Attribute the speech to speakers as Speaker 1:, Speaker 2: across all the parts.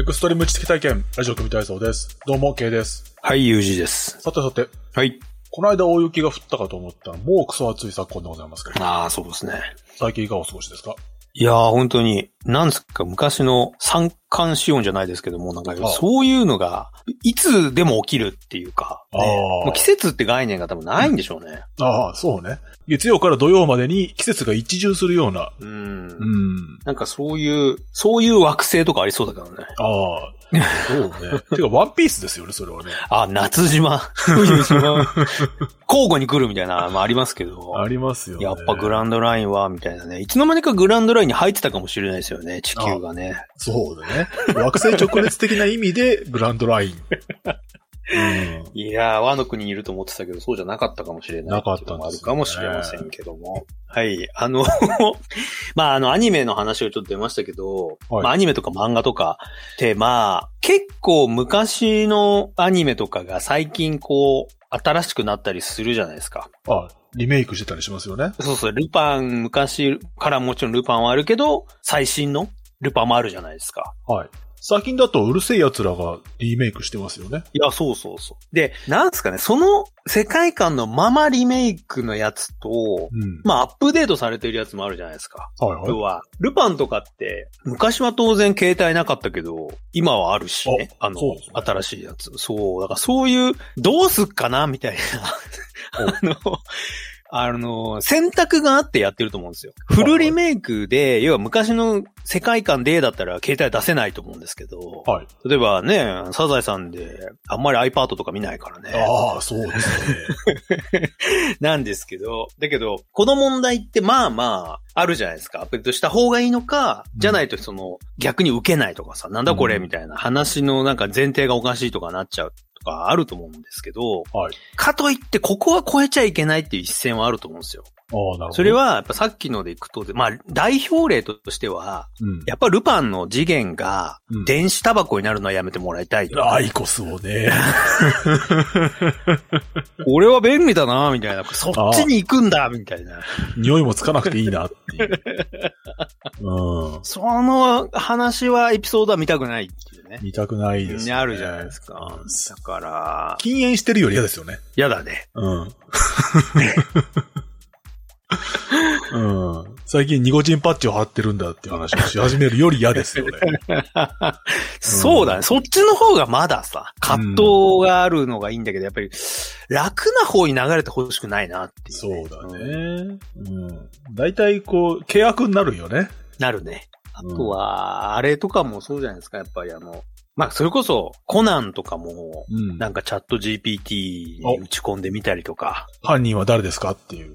Speaker 1: エクストリーム知識体験、ラジオ組体操です。どうも、K です。
Speaker 2: はい、ゆうじです。
Speaker 1: さてさて、
Speaker 2: はい。
Speaker 1: この間大雪が降ったかと思ったら、もうクソ暑い昨今でございますけど、
Speaker 2: ああ、そうですね。
Speaker 1: 最近いかがお過ごしですか
Speaker 2: いやー、本当に、なんすか、昔の三寒四温じゃないですけども、なんか
Speaker 1: ああ、
Speaker 2: そういうのが、いつでも起きるっていうか、ね
Speaker 1: ああ
Speaker 2: もう季節って概念が多分ないんでしょうね。
Speaker 1: ああ、そうね。月曜から土曜までに季節が一巡するような。
Speaker 2: うん。
Speaker 1: うん。
Speaker 2: なんかそういう、そういう惑星とかありそうだけどね。
Speaker 1: ああ。そう ね。てか、ワンピースですよね、それはね。
Speaker 2: あ、夏島、冬島、交互に来るみたいな、まあありますけど。
Speaker 1: ありますよね。
Speaker 2: やっぱグランドラインは、みたいなね。いつの間にかグランドラインに入ってたかもしれないですよね、地球がね。
Speaker 1: そうだね。惑星直列的な意味で、グランドラ イン。うん。
Speaker 2: いやー、和の国にいると思ってたけど、そうじゃなかったかもしれない。
Speaker 1: なかったんですね
Speaker 2: もあるかもしれませんけども。はい。あの、 まあ、あの、アニメの話をちょっと出ましたけど、
Speaker 1: はい
Speaker 2: まあ、アニメとか漫画とかって、まあ、結構昔のアニメとかが最近こう、新しくなったりするじゃないですか。
Speaker 1: あ、リメイクしてたりしますよね。
Speaker 2: そうそう、ルパン、昔からもちろんルパンはあるけど、最新のルパンもあるじゃないですか。
Speaker 1: はい。最近だとうるせえ奴らがリメイクしてますよね。
Speaker 2: いや、そうそうそう。で、なんすかね、その世界観のままリメイクのやつと、
Speaker 1: うん。
Speaker 2: まあ、アップデートされてるやつもあるじゃないですか。
Speaker 1: はい
Speaker 2: 要
Speaker 1: はい。
Speaker 2: は、ルパンとかって、昔は当然携帯なかったけど、今はあるしね。
Speaker 1: あ
Speaker 2: あの、
Speaker 1: そうですね
Speaker 2: 新しいやつ。そう、だからそういう、どうすっかなみたいな。あの、 あの、選択があってやってると思うんですよ。フルリメイクで、要は昔の世界観でだったら携帯出せないと思うんですけど、
Speaker 1: はい。
Speaker 2: 例えばね、サザエさんで、あんまり iPad とか見ないからね。
Speaker 1: あ あ、そうですね。
Speaker 2: なんですけど、だけど、この問題ってまあまあ、あるじゃないですか。アップデートした方がいいのか、
Speaker 1: うん
Speaker 2: じゃないとその、逆に受けないとかさ、なんだこれ
Speaker 1: うん
Speaker 2: みたいな話のなんか前提がおかしいとかなっちゃうとかあると思うんですけど、
Speaker 1: はい。
Speaker 2: かといってここは超えちゃいけないっていう一線はあると思うんですよ。
Speaker 1: ああ、なるほど。
Speaker 2: それ、は、やっぱさっきのでいくと、まあ、代表例としては、
Speaker 1: うん。
Speaker 2: やっぱルパンの次元が
Speaker 1: うん、
Speaker 2: 電子タバコになるのはやめてもらいたいと。
Speaker 1: アイコスをね。
Speaker 2: 俺は便利だなみたいな。そっちに行くんだみたいな。
Speaker 1: 匂いもつかなくていいなっていう。うん。
Speaker 2: その話は、エピソードは見たくないっていうね。
Speaker 1: 見たくないです、ね。
Speaker 2: あるじゃないですか
Speaker 1: うん。
Speaker 2: だから、
Speaker 1: 禁煙してるより嫌ですよね。
Speaker 2: 嫌だね。
Speaker 1: うん。 うん、最近ニコチンパッチを貼ってるんだっていう話をし始めるより嫌ですよ ね。
Speaker 2: そうだね。そっちの方がまださ、葛藤があるのがいいんだけど、やっぱり、楽な方に流れてほしくないなっていう。
Speaker 1: そうだ。ね。うん。大体こう、契約になるよね。
Speaker 2: なるね。あ
Speaker 1: うん
Speaker 2: とは、あれとかもそうじゃないですか。やっぱりあの、まあ、それこそ、コナンとかも、
Speaker 1: うん
Speaker 2: なんかチャット GPT に打ち込んでみたりとか、
Speaker 1: 犯人は誰ですかっていう。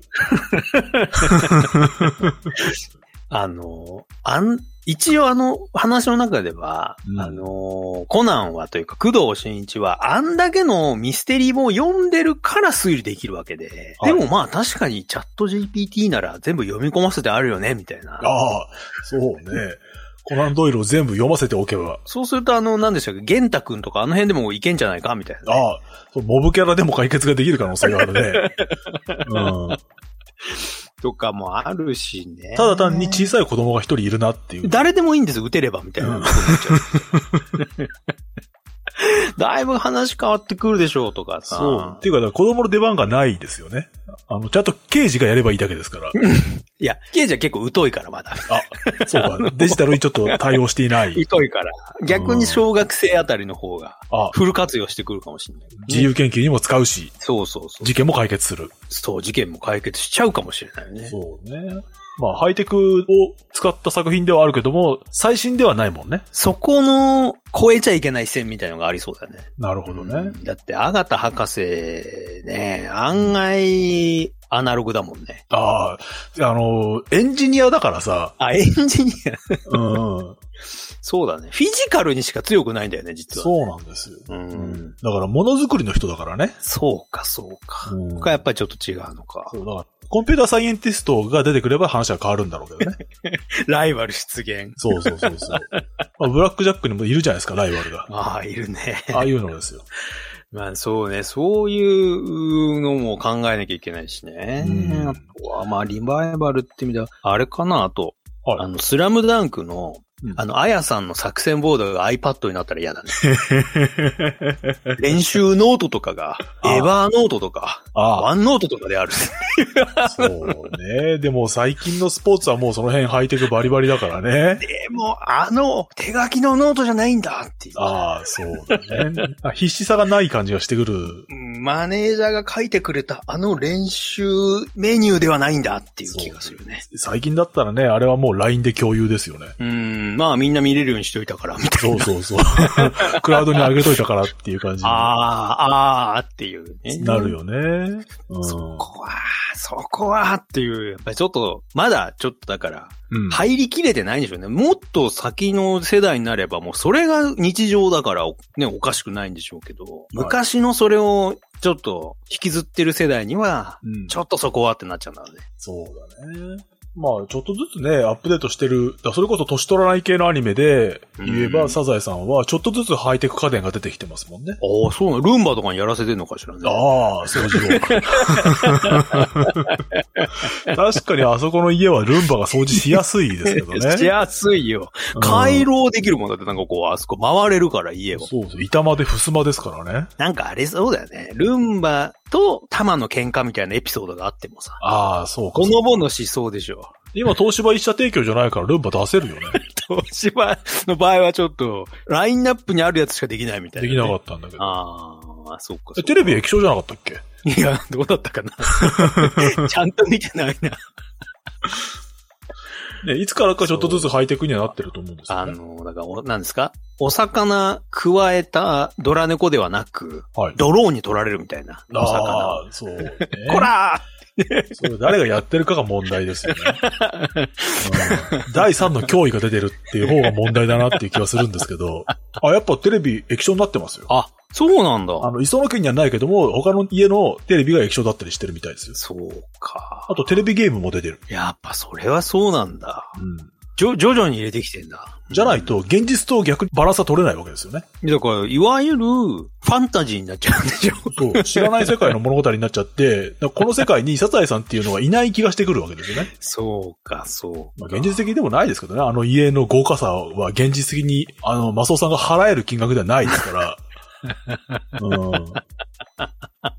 Speaker 2: あの、あん、一応あの話の中では、
Speaker 1: うん
Speaker 2: あの、コナンはというか、工藤新一は、あんだけのミステリー本を読んでるから推理できるわけで、
Speaker 1: はい
Speaker 2: でもまあ確かにチャット GPT なら全部読み込ませてあるよね、みたいな。
Speaker 1: ああ、そうね。コナンドイルを全部読ませておけば。
Speaker 2: そうするとあの、なんでしたっけ、玄太くんとかあの辺でもいけんじゃないか、みたいなね、
Speaker 1: ああ、そうモブキャラでも解決ができる可能性がある ね。うん、
Speaker 2: とかもあるしね。
Speaker 1: ただ単に小さい子供が一人いるなっていう。
Speaker 2: 誰でもいいんです、打てれば、みたいな。
Speaker 1: うん
Speaker 2: だいぶ話変わってくるでしょうとかさ。
Speaker 1: そう。っていうか、だから子供の出番がないですよね。あの、ちゃんと刑事がやればいいだけですから。
Speaker 2: いや、ケイジは結構疎いから、まだ。
Speaker 1: あ、 そうか。デジタルにちょっと対応していない。
Speaker 2: 疎いから。逆に小学生あたりの方が、
Speaker 1: あ、
Speaker 2: フル活用してくるかもしれない。
Speaker 1: 自由研究にも使うし、
Speaker 2: そうそうそう。
Speaker 1: 事件も解決する。
Speaker 2: そう、事件も解決しちゃうかもしれないよね。
Speaker 1: そうね。まあ、ハイテクを使った作品ではあるけども、最新ではないもんね。
Speaker 2: そこの、超えちゃいけない線みたいのがありそうだね。
Speaker 1: なるほどね。
Speaker 2: だって、アガタ博士、ね、案外、アナログだもんね。
Speaker 1: ああ、あの、エンジニアだからさ、
Speaker 2: あ、エンジニア。
Speaker 1: うん、
Speaker 2: そうだね。フィジカルにしか強くないんだよね、実は。
Speaker 1: そうなんですよ。
Speaker 2: う。
Speaker 1: うんん、だから、ものづくりの人だからね。
Speaker 2: そうか、そうか。
Speaker 1: うん
Speaker 2: ここはやっぱりちょっと違うのか。
Speaker 1: そうだからコンピューターサイエンティストが出てくれば話は変わるんだろうけどね。
Speaker 2: ライバル出現。
Speaker 1: そうそうそうそう。 まあ、ブラックジャックにもいるじゃないですか、ライバルが。
Speaker 2: ああ、いるね。
Speaker 1: ああいうのですよ。
Speaker 2: まあそうね、そういうのも考えなきゃいけないしね。
Speaker 1: うん
Speaker 2: あとは、まあリバイバルって意味では、あれかな、あと、
Speaker 1: はい
Speaker 2: あの、スラムダンクの、
Speaker 1: うん
Speaker 2: あの、あやさんの作戦ボードが iPad になったら嫌 だね。練習ノートとかが、
Speaker 1: あー
Speaker 2: エヴァーノートとか、
Speaker 1: あ
Speaker 2: ワンノートとかである。
Speaker 1: あ、そうね。でも最近のスポーツはもうその辺ハイテクバリバリだからね。
Speaker 2: でも、あの、手書きのノートじゃないんだっていう。
Speaker 1: ああ、そうだね。あ必死さがない感じがしてくる。
Speaker 2: うんマネージャーが書いてくれたあの練習メニューではないんだっていう気がするね。
Speaker 1: 最近だったらね、あれはもう LINE で共有ですよね。
Speaker 2: うん、まあみんな見れるようにしといたから、みたいな。
Speaker 1: そうそうそう。 クラウドに上げといたからっていう感じに
Speaker 2: ああ、ああっていうね。
Speaker 1: なるよね。うん。
Speaker 2: そこは、そこはっていう、やっぱりちょっと、まだちょっとだから、
Speaker 1: うん
Speaker 2: 入りきれてないんでしょうね。もっと先の世代になれば、もうそれが日常だから、ね、おかしくないんでしょうけど、昔のそれをちょっと引きずってる世代には、
Speaker 1: うん
Speaker 2: ちょっとそこはってなっちゃうんだろうね。
Speaker 1: そうだね。まあ、ちょっとずつね、アップデートしてる。だからそれこそ年取らない系のアニメで言えば、
Speaker 2: うん
Speaker 1: サザエさんはちょっとずつハイテク家電が出てきてますもんね。
Speaker 2: ああ、そうなのルンバとかにやらせてんのかしらね。
Speaker 1: ああ、掃除を。 確かにあそこの家はルンバが掃除しやす いですけどね。
Speaker 2: しやすいよ。回廊できるもんだってなんかこう、あそこ回れるから家
Speaker 1: うん
Speaker 2: を。
Speaker 1: そうそう。板間で襖ですからね。
Speaker 2: なんかあれそうだよね。ルンバとタマの喧嘩みたいなエピソードがあってもさ。
Speaker 1: ああ、そうか
Speaker 2: ほ。のぼのしそうでしょ。
Speaker 1: 今、東芝一社提供じゃないからルンバ出せるよね。
Speaker 2: 東芝の場合はちょっと、ラインナップにあるやつしかできないみたいな
Speaker 1: で
Speaker 2: ね、
Speaker 1: きなかったんだけど。
Speaker 2: ああ、そっかそっか
Speaker 1: えテレビ液晶じゃなかったっけ
Speaker 2: いや、どうだったか な。ちゃんと見てないな。
Speaker 1: ね、いつからかちょっとずつハイテクにはなってると思うんです
Speaker 2: あ
Speaker 1: よ、ね。
Speaker 2: の、だからお、なんですかお魚加えたドラ猫ではなく、
Speaker 1: はい。
Speaker 2: ドローンに取られるみたいな。お魚。
Speaker 1: ああ、そう、ね。
Speaker 2: こらー
Speaker 1: それ誰がやってるかが問題ですよね。うん第3の脅威が出てるっていう方が問題だなっていう気はするんですけど。あ、やっぱテレビ液晶になってますよ。
Speaker 2: あ、そうなんだ。
Speaker 1: あの、磯野家にはないけども、他の家のテレビが液晶だったりしてるみたいですよ。
Speaker 2: そうか。
Speaker 1: あとテレビゲームも出てる。
Speaker 2: やっぱそれはそうなんだ。
Speaker 1: うん。
Speaker 2: じょ、徐々に入れてきてんだ。
Speaker 1: じゃないと、現実と逆にバランスは取れないわけですよね。
Speaker 2: うん。だから、いわゆる、ファンタジーになっちゃうんでしょ。
Speaker 1: そう。知らない世界の物語になっちゃって、だからこの世界にサザエさんっていうのがいない気がしてくるわけですよね。
Speaker 2: そうか、そう
Speaker 1: ま
Speaker 2: か。
Speaker 1: あ、現実的でもないですけどね。あの家の豪華さは現実的に、あの、マスオさんが払える金額ではないです から。うん、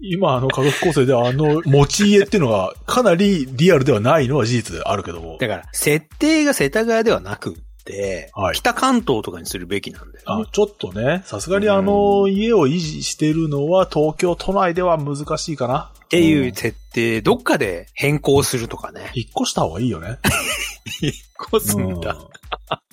Speaker 1: 今、あの、家族構成であの、持ち家っていうのがかなりリアルではないのは事実であるけども。
Speaker 2: だから、設定が世田谷ではなくって、
Speaker 1: はい
Speaker 2: 北関東とかにするべきなんだよ
Speaker 1: あ
Speaker 2: ね。
Speaker 1: ちょっとね、さすがにあの、家を維持してるのは東京都内では難しいかな。
Speaker 2: ってい
Speaker 1: ん
Speaker 2: う設定、どっかで変更するとかね。
Speaker 1: 引っ越した方がいいよね。
Speaker 2: こすんだ。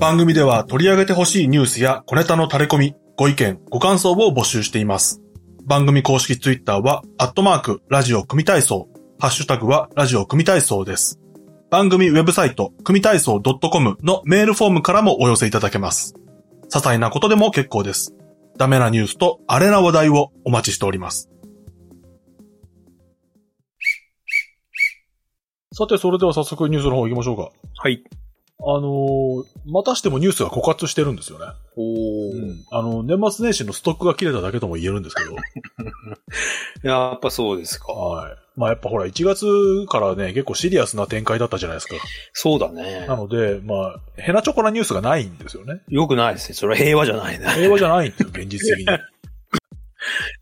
Speaker 1: 番組では取り上げてほしいニュースや小ネタの垂れ込み、ご意見、ご感想を募集しています。番組公式ツイッターは、アットマーク、ラジオ組体操、ハッシュタグは、ラジオ組体操です。番組ウェブサイト、組体操 .com のメールフォームからもお寄せいただけます。些細なことでも結構です。ダメなニュースとアレな話題をお待ちしております。さて、それでは早速ニュースの方行きましょうか。
Speaker 2: はい。
Speaker 1: あのーまたしてもニュースが枯渇してるんですよね。
Speaker 2: お
Speaker 1: あの、年末年始のストックが切れただけとも言えるんですけど。
Speaker 2: やっぱそうですか。
Speaker 1: はい。まあやっぱほら、1月からね、結構シリアスな展開だったじゃないですか。
Speaker 2: そうだね
Speaker 1: な。ので、まあ、ヘナチョコなニュースがないんですよね。
Speaker 2: よくないですね。それは平和じゃないね。
Speaker 1: 平和じゃないんですよ、現実的に。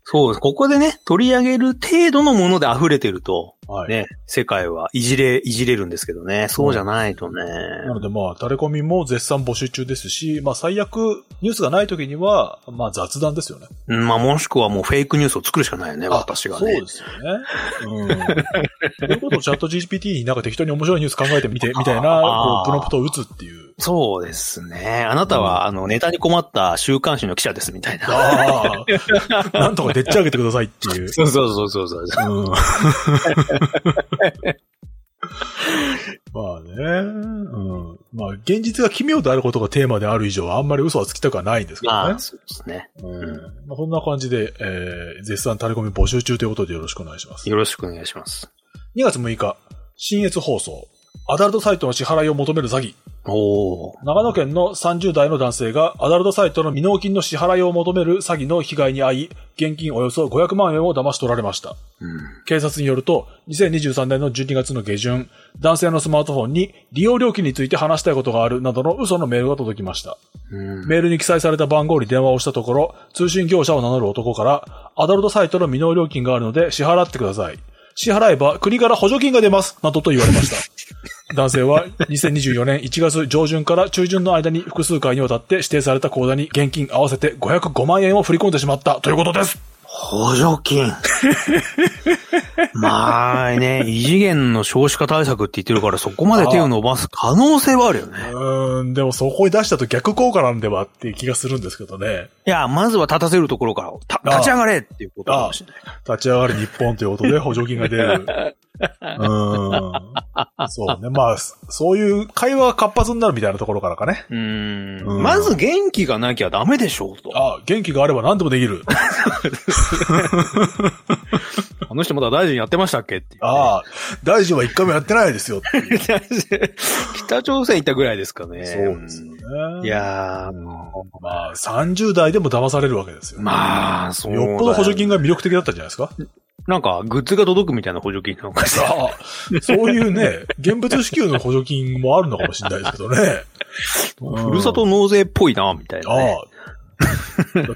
Speaker 2: そうです。ここでね、取り上げる程度のもので溢れてると、
Speaker 1: はい。
Speaker 2: ね、世界はいじれ、いじれるんですけどね。そうじゃないとね。
Speaker 1: なのでまあ、垂れ込みも絶賛募集中ですし、まあ最悪、ニュースがない時には、まあ雑談ですよね。
Speaker 2: うんまあ、もしくはもうフェイクニュースを作るしかないよね、
Speaker 1: あ
Speaker 2: 私が
Speaker 1: そう
Speaker 2: ね
Speaker 1: で。すよね。うん。ということをチャット GPT になんか適当に面白いニュース考えてみて、みたいなこ
Speaker 2: あ、ー
Speaker 1: う、プロンプトを打つっていう。
Speaker 2: そうですね。あなたは、あの、ネタに困った週刊誌の記者です、みたいな。
Speaker 1: ああ、なんとかでっち上げてくださいっていう。
Speaker 2: そうそうそうそうそう。
Speaker 1: うん。 まあね、うん。まあ、現実が奇妙であることがテーマである以上は、あんまり嘘はつきたくはないんですけど
Speaker 2: ま
Speaker 1: ね
Speaker 2: あ、。そうですね。
Speaker 1: うん。まあ、そんな感じで、えー、絶賛垂れ込み募集中ということでよろしくお願いします。
Speaker 2: よろしくお願いします。
Speaker 1: 2月6日、新越放送。アダルトサイトの支払いを求める詐欺。
Speaker 2: おー。
Speaker 1: 長野県の30代の男性がアダルトサイトの未納金の支払いを求める詐欺の被害に遭い、現金およそ500万円を騙し取られました。
Speaker 2: うん。
Speaker 1: 警察によると、2023年の12月の下旬、男性のスマートフォンに利用料金について話したいことがあるなどの嘘のメールが届きました。
Speaker 2: うん。
Speaker 1: メールに記載された番号に電話をしたところ、通信業者を名乗る男から、アダルトサイトの未納料金があるので支払ってください。支払えば国から補助金が出ますなどと言われました。 男性は2024年1月上旬から中旬の間に複数回にわたって指定された口座に現金合わせて505万円を振り込んでしまったということです。
Speaker 2: 補助 金。まあね、異次元の少子化対策って言ってるから、そこまで手を伸ばす可能性はあるよね。
Speaker 1: うーん、でもそこに出したと逆効果なんではっていう気がするんですけどね。
Speaker 2: いや、まずは立たせるところから、た立ち上がれっていうことかもしれない。
Speaker 1: 立ち上がる日本ということ で補助金が出る。うーん。そうね。まあ、そそういう会話が活発になるみたいなところからかね。
Speaker 2: うー
Speaker 1: うん
Speaker 2: ん。まず元気がなきゃダメでしょうと。あ
Speaker 1: あ元気があれば何でもできる。
Speaker 2: の人まだ大臣やってましたっけっていうね、
Speaker 1: ああ、大臣は一回もやってないですよっていう。
Speaker 2: 北朝鮮行ったぐらいですかね。
Speaker 1: そうですよね。
Speaker 2: いやー、
Speaker 1: まあ、30代でも騙されるわけですよ。
Speaker 2: まあ、そうだ
Speaker 1: よっぽど補助。金が魅力的だったんじゃないですか
Speaker 2: なんか、グッズが届くみたいな補助金なんかさ。
Speaker 1: ああ、そういうね、現物支給の補助金もあるのかもしれないですけど ね。
Speaker 2: ふるさと納税っぽいな、みたいな、ね。
Speaker 1: ああ。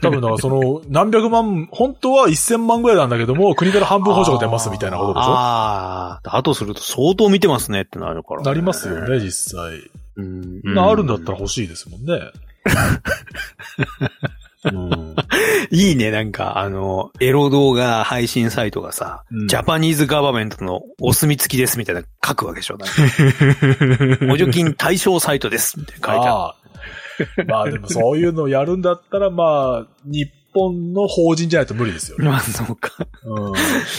Speaker 1: 多分だからその、何百万、本当は1000万ぐらいなんだけども、国から半分補助が出ますみたいなことでしょ
Speaker 2: ああ、だとすると相当見てますねってなるから、
Speaker 1: なりますよ。ね、実際。
Speaker 2: うん。
Speaker 1: あるんだったら欲しいですもんね。うん。
Speaker 2: いいね、なんか、あの、エロ動画配信サイトがさ、
Speaker 1: うん
Speaker 2: ジャパニーズガバメントのお墨付きですみたいな書くわけでしょ。なんか補助金対象サイトですみたいな書いてある。
Speaker 1: ああまあでもそういうのをやるんだったら、まあ、日本の法人じゃないと無理ですよ。
Speaker 2: まあ、そうか。
Speaker 1: うん。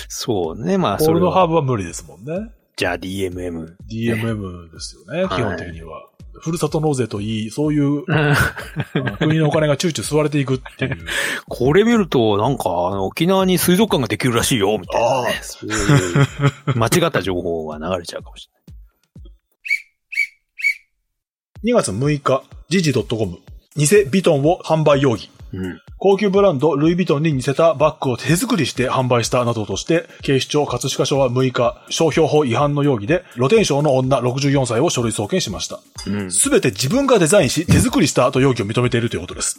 Speaker 2: そうね、まあ、
Speaker 1: ポー
Speaker 2: それ
Speaker 1: ルのハー
Speaker 2: は。
Speaker 1: ブは無理ですもんね。
Speaker 2: じゃあ DMM。
Speaker 1: DMM ですよね、
Speaker 2: はい
Speaker 1: 基本的には。ふるさと納税といい、そういう
Speaker 2: うん
Speaker 1: うん国のお金がチューチュー吸われていくっていう。
Speaker 2: これ見ると、なんか、あの、沖縄に水族館ができるらしいよ、みたいな、ね。そういう、 間違った情報が流れちゃうかもし
Speaker 1: 2月6日、ジジ .com。偽ビトンを販売容疑。
Speaker 2: れない。うん。
Speaker 1: 高級ブランド、ルイ・ヴィトンに似せたバッグを手作りして販売したなどとして、警視庁葛飾署は6日、商標法違反の容疑で、露天商の女64歳を書類送検しました。
Speaker 2: うん。
Speaker 1: すべて自分がデザインし、手作りしたと容疑を認めているということ です。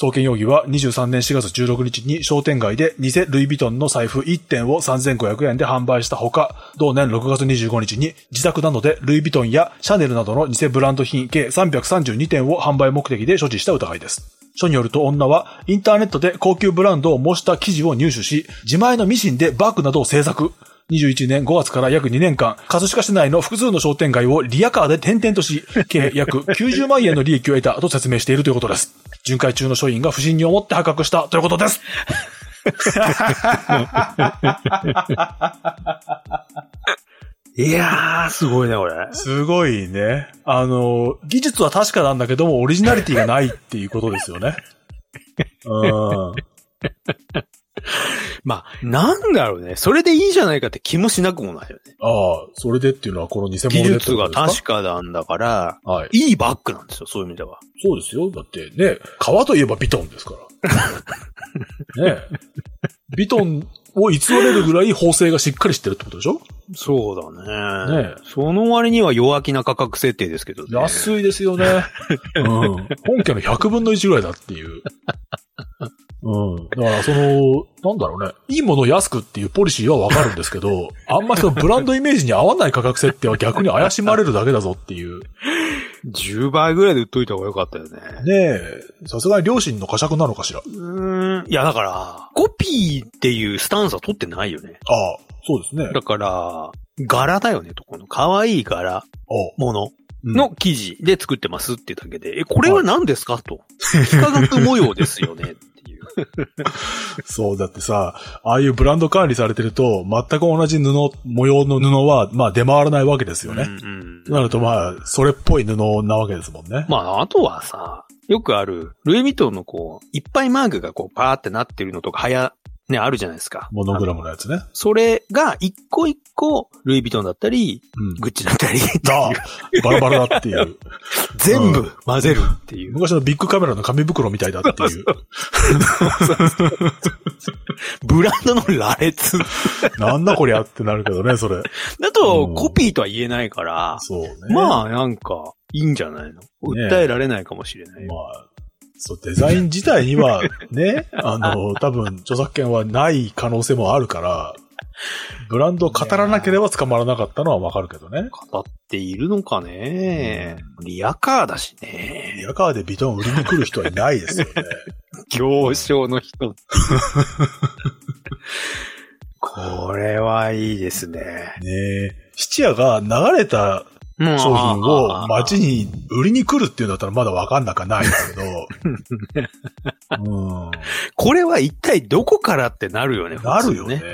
Speaker 1: 送検容疑は23年4月16日に商店街で偽ルイ・ヴィトンの財布1点を3500円で販売したほか、同年6月25日に自宅などでルイ・ヴィトンやシャネルなどの偽ブランド品計332点を販売目的で所持した疑いです。書によると女はインターネットで高級ブランドを模した生地を入手し、自前のミシンでバッグなどを製作。21年5月から約2年間、葛飾市内の複数の商店街をリアカーで転々とし、計約90万円の利益を得たと説明しているということです。巡回中の署員が不審に思って破格したということです。
Speaker 2: いやー、すごいね、これ。
Speaker 1: すごいね。あの、技術は確かなんだけども、オリジナリティがないっていうことですよ ね。うん。
Speaker 2: まあ、なんだろうね。それでいいじゃないかって気もしなくもないよね。
Speaker 1: ああ、それでっていうのはこの偽物で
Speaker 2: 技術が
Speaker 1: 確
Speaker 2: 確かなんだから、
Speaker 1: か。はい。
Speaker 2: いいバッグなんですよ、そういう意味では。
Speaker 1: そうですよ。だってね、革といえばビトンですから。 ねえビトンを偽れるぐらい法制がしっかりしてるってことでしょ
Speaker 2: そうだ
Speaker 1: ねえ
Speaker 2: その割には弱気な価格設定ですけどね。
Speaker 1: 安いですよね。 うん。本家の100分の1ぐらいだっていう。うん。だから、その、なんだろうね。いいものを安くっていうポリシーはわかるんですけど、 あんまりそのブランドイメージに合わない価格設定は逆に怪しまれるだけだぞっていう。
Speaker 2: 10倍ぐらいで売っといた方が良かったよね。
Speaker 1: ねえ、さすがに両親の呵責なのかしら。
Speaker 2: うーん。いや、だから、コピーっていうスタンスは取ってないよね。
Speaker 1: ああ、そうですね。あ
Speaker 2: だから、柄だよね、とこの。可愛い柄、
Speaker 1: あ
Speaker 2: もの
Speaker 1: うん
Speaker 2: の生地で作ってますってだけで、え、これは何ですかと。幾何学模様ですよ ね、っていう。
Speaker 1: そう、だってさ、ああいうブランド管理されてると、全く同じ布、模様の布は、まあ出回らないわけですよね。
Speaker 2: うんうん
Speaker 1: となるとまあ、それっぽい布なわけですもんね。
Speaker 2: まあ、あとはさ、よくある、ルイ・ヴィトンのこう、いっぱいマークがこう、パーってなってるのとか、はや、ね、あるじゃないですか。
Speaker 1: モノグラムのやつね。
Speaker 2: それが一個一個、ルイ・ヴィトンだったり、
Speaker 1: うん。
Speaker 2: グッチだったり、
Speaker 1: だ、バラバラだっていう。
Speaker 2: 全部混ぜるっていう。
Speaker 1: 昔のビッグカメラの紙袋みたいだっていう。
Speaker 2: ブランドの羅列。
Speaker 1: なんだこりゃってなるけどね、それ。
Speaker 2: だと、
Speaker 1: うん
Speaker 2: コピーとは言えないから、
Speaker 1: そうね。あ、
Speaker 2: まあ、なんか、いいんじゃないの
Speaker 1: ね
Speaker 2: 訴えられないかもしれない。
Speaker 1: まあ、そう、デザイン自体にはね、あの、多分著作権はない可能性もあるから、ブランドを語らなければ捕まらなかったのはわかるけどね。
Speaker 2: 語っているのかねリアカーだしね
Speaker 1: リアカーでビトン売りに来る人はいないですよね。
Speaker 2: 行商の 人。これはいいですね。
Speaker 1: ねえ。質屋が流れた
Speaker 2: 商
Speaker 1: 商品を街に売りに来るっていうんだったらまだわかんなくはないですけど。 うん。
Speaker 2: これは一体どこからってなるよね。
Speaker 1: なるよね。
Speaker 2: 普通ね。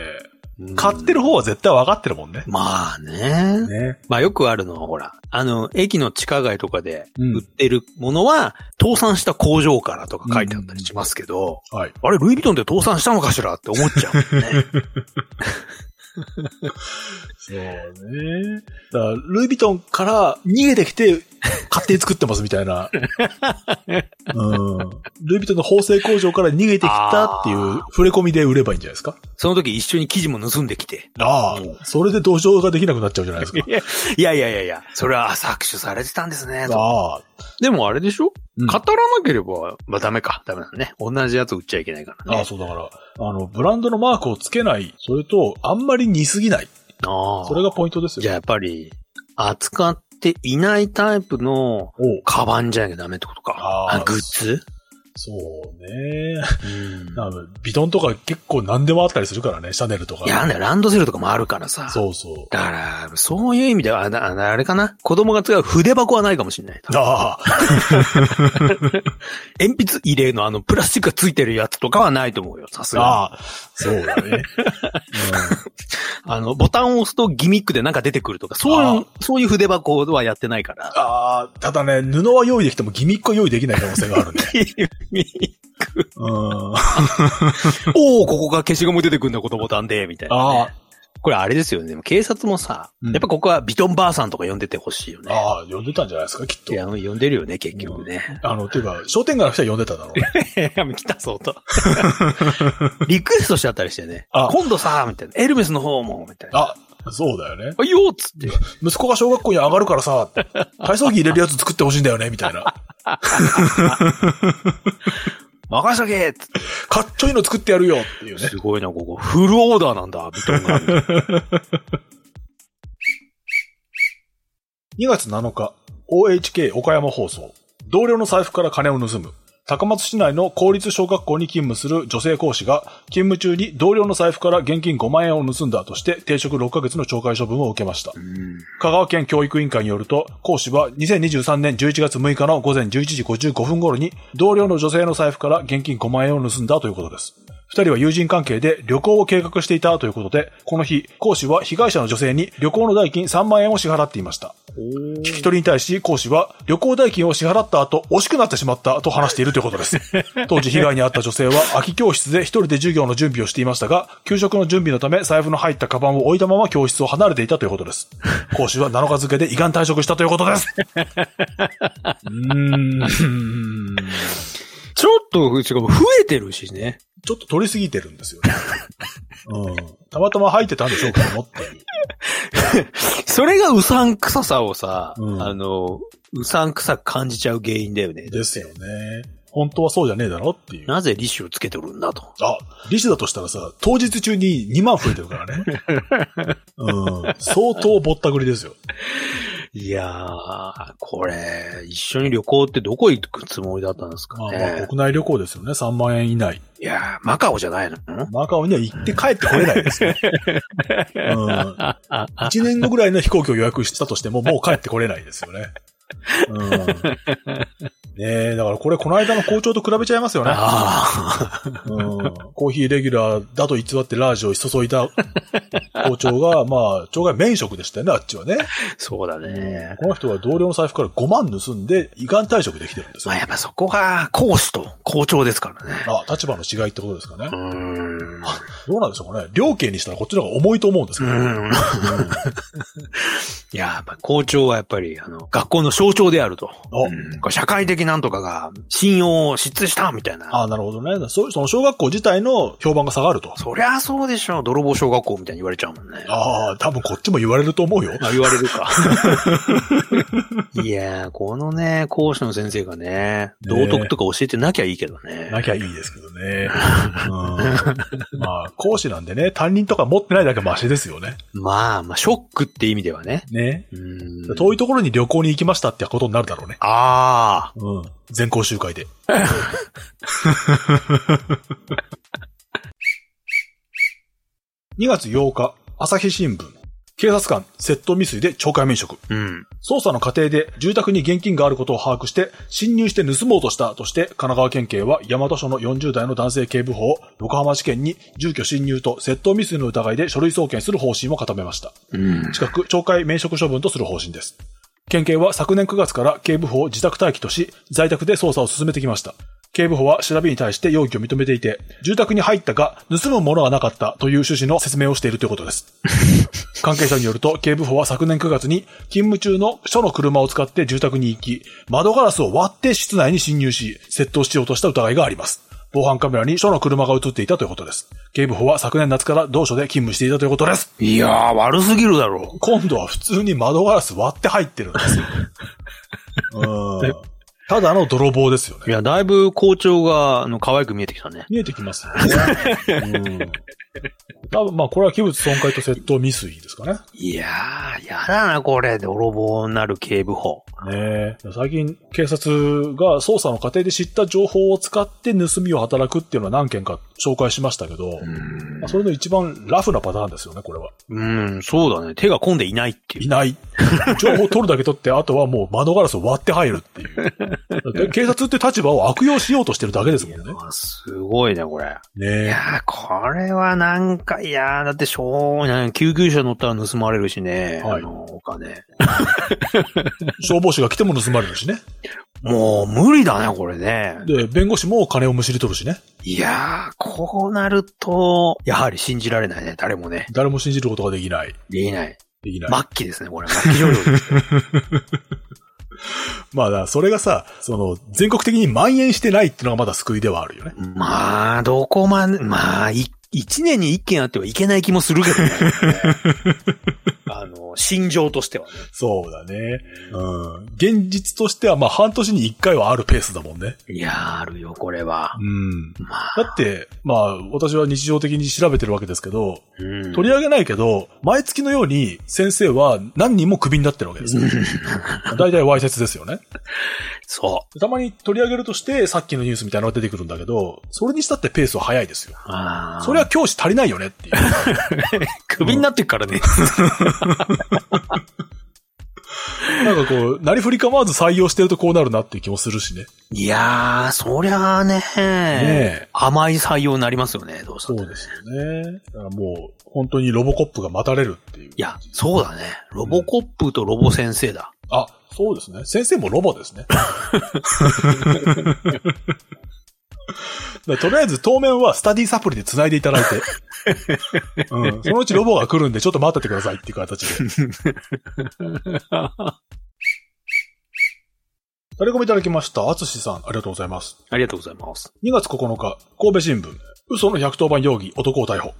Speaker 1: 買ってる方
Speaker 2: は。
Speaker 1: は絶対わかってるもんね。
Speaker 2: まあね。
Speaker 1: ね。
Speaker 2: まあよくあるのはほら、あの、駅の地下街とかで
Speaker 1: う
Speaker 2: 売っ。てるものは、倒産した工場からとか書いてあったりしますけど、
Speaker 1: はい。
Speaker 2: あれ、ルイ・ヴィトンって倒産したのかしらって思 っちゃうもんね。
Speaker 1: そうね。だから、ルイ・ヴィトンから逃げてきて、勝手に作ってますみたいな。 うん。ルイ・ヴィトンの縫製工場から逃げてきたっていう触れ込みで売ればいいんじゃないですか
Speaker 2: その時一緒に記事も盗んできて、
Speaker 1: ああ、それで同情ができなくなっちゃうじゃないで すか。
Speaker 2: いやいやいやいや、それは搾取されてたんですね。と
Speaker 1: ああ、
Speaker 2: でもあれでしょ、
Speaker 1: うん
Speaker 2: 語らなければ、まあダメか。ダメだね。同じやつ売っちゃいけないからね。
Speaker 1: ああ、そうだから、あの、ブランドのマークをつけない、それと、あんまり似すぎない。
Speaker 2: ああ
Speaker 1: それがポイントですよ。
Speaker 2: じゃあやっぱり、扱っていないタイプの
Speaker 1: おう
Speaker 2: カバンじゃなきゃダメってことか。
Speaker 1: あー
Speaker 2: グッズ
Speaker 1: そうね。
Speaker 2: うん。
Speaker 1: あのビトンとか結構何でもあったりするからね、シャネルとか。
Speaker 2: いや、なんだよ、ランドセルとかもあるからさ。
Speaker 1: そうそう。
Speaker 2: だから、そういう意味では、あなあれかな子供が使う筆箱はないかもしれない。
Speaker 1: ああ、
Speaker 2: 鉛筆入れのあの、プラスチックがついてるやつとかはないと思うよ、さすがに。
Speaker 1: ああ、そうだね。
Speaker 2: あの、ボタンを押すとギミックでなんか出てくるとか、そうい
Speaker 1: あ
Speaker 2: う、そういう筆箱はやってない から。
Speaker 1: ああ、ただね、布は用意できてもギミックは用意できない可能性がある ね。うん。あ
Speaker 2: おおここが消しゴム出てくるんだ、このボタンで、みたいな、ね。
Speaker 1: あ、
Speaker 2: これあれですよね。でも警察もさ、
Speaker 1: うん
Speaker 2: やっぱここはビトンばあさんとか呼んでてほしいよね。
Speaker 1: ああ、呼んでたんじゃないですか、きっと
Speaker 2: い。や、呼んでるよね、結局ね。
Speaker 1: あの、ていうか、商店街の人は呼んでただろうね。
Speaker 2: 来たぞ と。リクエストしちゃったりしてね。
Speaker 1: あ
Speaker 2: 今度さ、みたいな。エルメスの方も、みたいな。
Speaker 1: あ、そうだよね。
Speaker 2: あ、いいよっつって。
Speaker 1: 息子が小学校に上がるからさ、 体操着入れるやつ作ってほしいんだよね、みたいな。
Speaker 2: 任しとけっつって
Speaker 1: かっちょいいの作ってやるよっていうね。
Speaker 2: すごいな、ここ。フルオーダーなんだ、ビトンが。
Speaker 1: 2月7日、OHK 岡山放送。同僚の財布から金を盗む。高松市内の公立小学校に勤務する女性講師が、勤務中に同僚の財布から現金5万円を盗んだとして、停職6ヶ月の懲戒処分を受けました。
Speaker 2: うん
Speaker 1: 香川県教育委員会によると、講師は2023年11月6日の午前11時55分頃に、同僚の女性の財布から現金5万円を盗んだということです。二人は友人関係で旅行を計画していたということで、この日、講師は被害者の女性に旅行の代金3万円を支払っていました。聞き取りに対し、講師は、旅行代金を支払った後、惜しくなってしまったと話しているということです。 当時被害に遭った女性は、空き教室で一人で授業の準備をしていましたが、給食の準備のため、財布の入ったカバンを置いたまま教室を離れていたということです。講師は7日付で依願退職したということです。うーん。
Speaker 2: ちょっと、しかも増えてるしね。
Speaker 1: ちょっと取りすぎてるんですよね。うん。たまたま入ってたんでしょうけどもっていう。
Speaker 2: それがうさんくささをさ、
Speaker 1: うん
Speaker 2: あの、うさんくさく感じちゃう原因だよね。
Speaker 1: ですよね。本当はそうじゃねえだろっていう。
Speaker 2: なぜ利子をつけとるんだと。
Speaker 1: あ、利子だとしたらさ、当日中に2万増えてるからね。 うん。相当ぼったくりですよ。
Speaker 2: いやー、これ、一緒に旅行ってどこ行くつもりだったんですか
Speaker 1: まあ、まあ
Speaker 2: ね。
Speaker 1: 国内旅行ですよね。3万円以内。
Speaker 2: いやー、マカオじゃないの
Speaker 1: マカオには行って帰ってこれないですね。うん。1年後ぐらいの飛行機を予約したとしても、もう帰ってこれないですよね。うん。ねねえ、だからこれこの間の校長と比べちゃいますよね。
Speaker 2: あ
Speaker 1: うんコーヒーレギュラーだと偽ってラージを注いだ校長が、まあ、町外免職でしたよね、あっちはね。
Speaker 2: あ、そうだね。
Speaker 1: この人は同僚の財布から5万盗んで、依願退職できてるんですよ
Speaker 2: まあ、。やっぱそこが講師と校長ですからね。
Speaker 1: あ、立場の違いってことですかね
Speaker 2: う。ん。
Speaker 1: どうなんでしょうかね。量刑にしたらこっちの方が重いと思うんです
Speaker 2: う
Speaker 1: けど。
Speaker 2: ん。 いや、やっぱ校長はやっぱり、あの、学校の象徴であると。
Speaker 1: お
Speaker 2: うんこれ社会的なんとかが信用を失墜したみたいな。
Speaker 1: あなるほどね。そうその小学校自体の評判が下がると。
Speaker 2: そりゃそうでしょ。泥棒小学校みたいに言われちゃうもんね。
Speaker 1: ああ、多分こっちも言われると思うよ。
Speaker 2: あ、言われるか。 いやー、このね、講師の先生がね、道徳とか教えてなきゃいいけどね。
Speaker 1: なきゃいいですけどね。うん、まあ、講師なんでね、担任とか持ってないだけマシですよね。
Speaker 2: まあ、まあ、ショックって意味ではね。
Speaker 1: ね。
Speaker 2: うん。
Speaker 1: 遠いところに旅行に行きましたってことになるだろうね。
Speaker 2: ああ。
Speaker 1: うん。全校集会で。2月8日、朝日新聞。警察官、窃盗未遂で懲戒免職。
Speaker 2: うん。
Speaker 1: 捜査の過程で住宅に現金があることを把握して、侵入して盗もうとしたとして、神奈川県警は大和署の40代の男性警部補を横浜地検に住居侵入と窃盗未遂の疑いで書類送検する方針を固めました。
Speaker 2: うん。
Speaker 1: 近く懲戒免職処分とする方針です。県警は昨年9月から警部補を自宅待機とし、在宅で捜査を進めてきました。警部補は調べに対して容疑を認めていて、住宅に入ったが、盗むものがなかったという趣旨の説明をしているということです。 関係者によると、警部補は昨年9月に、勤務中の署の車を使って住宅に行き、窓ガラスを割って室内に侵入し、窃盗しようとした疑いがあります。防犯カメラに署の車が映っていたということです。警部補は昨年夏から同署で勤務していたということです。
Speaker 2: いやー、悪すぎるだろ
Speaker 1: 今度は普通に窓ガラス割って入ってるんですよ。うんただの泥棒ですよ
Speaker 2: う。い
Speaker 1: ね。
Speaker 2: や、だいぶ校長が、あの、可愛く見えてきたね。
Speaker 1: 見えてきますよね。うん多分まあこれは器物損壊と窃盗未遂ですかね。
Speaker 2: いやー、やだな、これ。泥棒になる警部補。
Speaker 1: ねえ最近警察が捜査の過程で知った情報を使って盗みを働くっていうのは何件か紹介しましたけど、
Speaker 2: うん
Speaker 1: まあ。それの一番ラフなパターンですよね、これは。
Speaker 2: うん、そうだね。手が込んでいないっていう
Speaker 1: い。ない。情報を取るだけ取って、あとはもう窓ガラスを割って入るっていう。だって 警察って立場を悪用しようとしてるだけですもんね。
Speaker 2: あすごいね、これ。い
Speaker 1: ねえ
Speaker 2: やー、これはなんか、いやー、だってしょうがない。救急車乗ったら盗まれるしね。
Speaker 1: はい
Speaker 2: あの、お金。
Speaker 1: 消防士が来ても盗まれるしね。
Speaker 2: もう、無理だね、これね。
Speaker 1: で、弁護士も金をむしり取るしね。
Speaker 2: いやー、こうなると、やはり信じられないね、誰もね。
Speaker 1: 誰も信じることができない。
Speaker 2: できない。
Speaker 1: できない。ま、
Speaker 2: 末期ですね、これ。末期上場です。
Speaker 1: まあ、それがさ、その、全国的に蔓延してないっていうのがまだ救いではあるよね。
Speaker 2: まあ、どこまで、まあ、い一年に一件あってはいけない気もするけどね。 あの、心情としてはね。
Speaker 1: そうだね。うん。現実としては、まあ、半年に一回はあるペースだもんね。
Speaker 2: いやー、あるよ、これは。
Speaker 1: うん。
Speaker 2: まあ、
Speaker 1: だって、まあ、私は日常的に調べてるわけですけど、
Speaker 2: うん
Speaker 1: 取り上げないけど、毎月のように先生は何人もクビになってるわけです よ。大体わいせつですよね。
Speaker 2: そう。
Speaker 1: たまに取り上げるとして、さっきのニュースみたいなのが出てくるんだけど、それにしたってペースは早いですよ。
Speaker 2: あー
Speaker 1: それは教師足りないよねっていう。
Speaker 2: クビになってくからね。
Speaker 1: なんかこう、なりふり構わず採用してるとこうなるなっていう気もするしね。
Speaker 2: いやー、そりゃあね
Speaker 1: ねえ
Speaker 2: 甘い採用になりますよね、どうした
Speaker 1: そ
Speaker 2: っ
Speaker 1: う
Speaker 2: て。
Speaker 1: ですよね。だからもう、本当にロボコップが待たれるっていう。
Speaker 2: いや、そうだね。ロボコップとロボ先生だ。
Speaker 1: あ、そうですね。先生もロボですね。だからとりあえず当面はスタディサプリで繋いでいただいて、うん、そのうちロボが来るんでちょっと待っててくださいっていう形で。タレコミいただきました。あつしさん、ありがとうございます。
Speaker 2: ありがとうございます。
Speaker 1: 2月9日、神戸新聞、嘘の110番容疑、男を逮捕。
Speaker 2: うん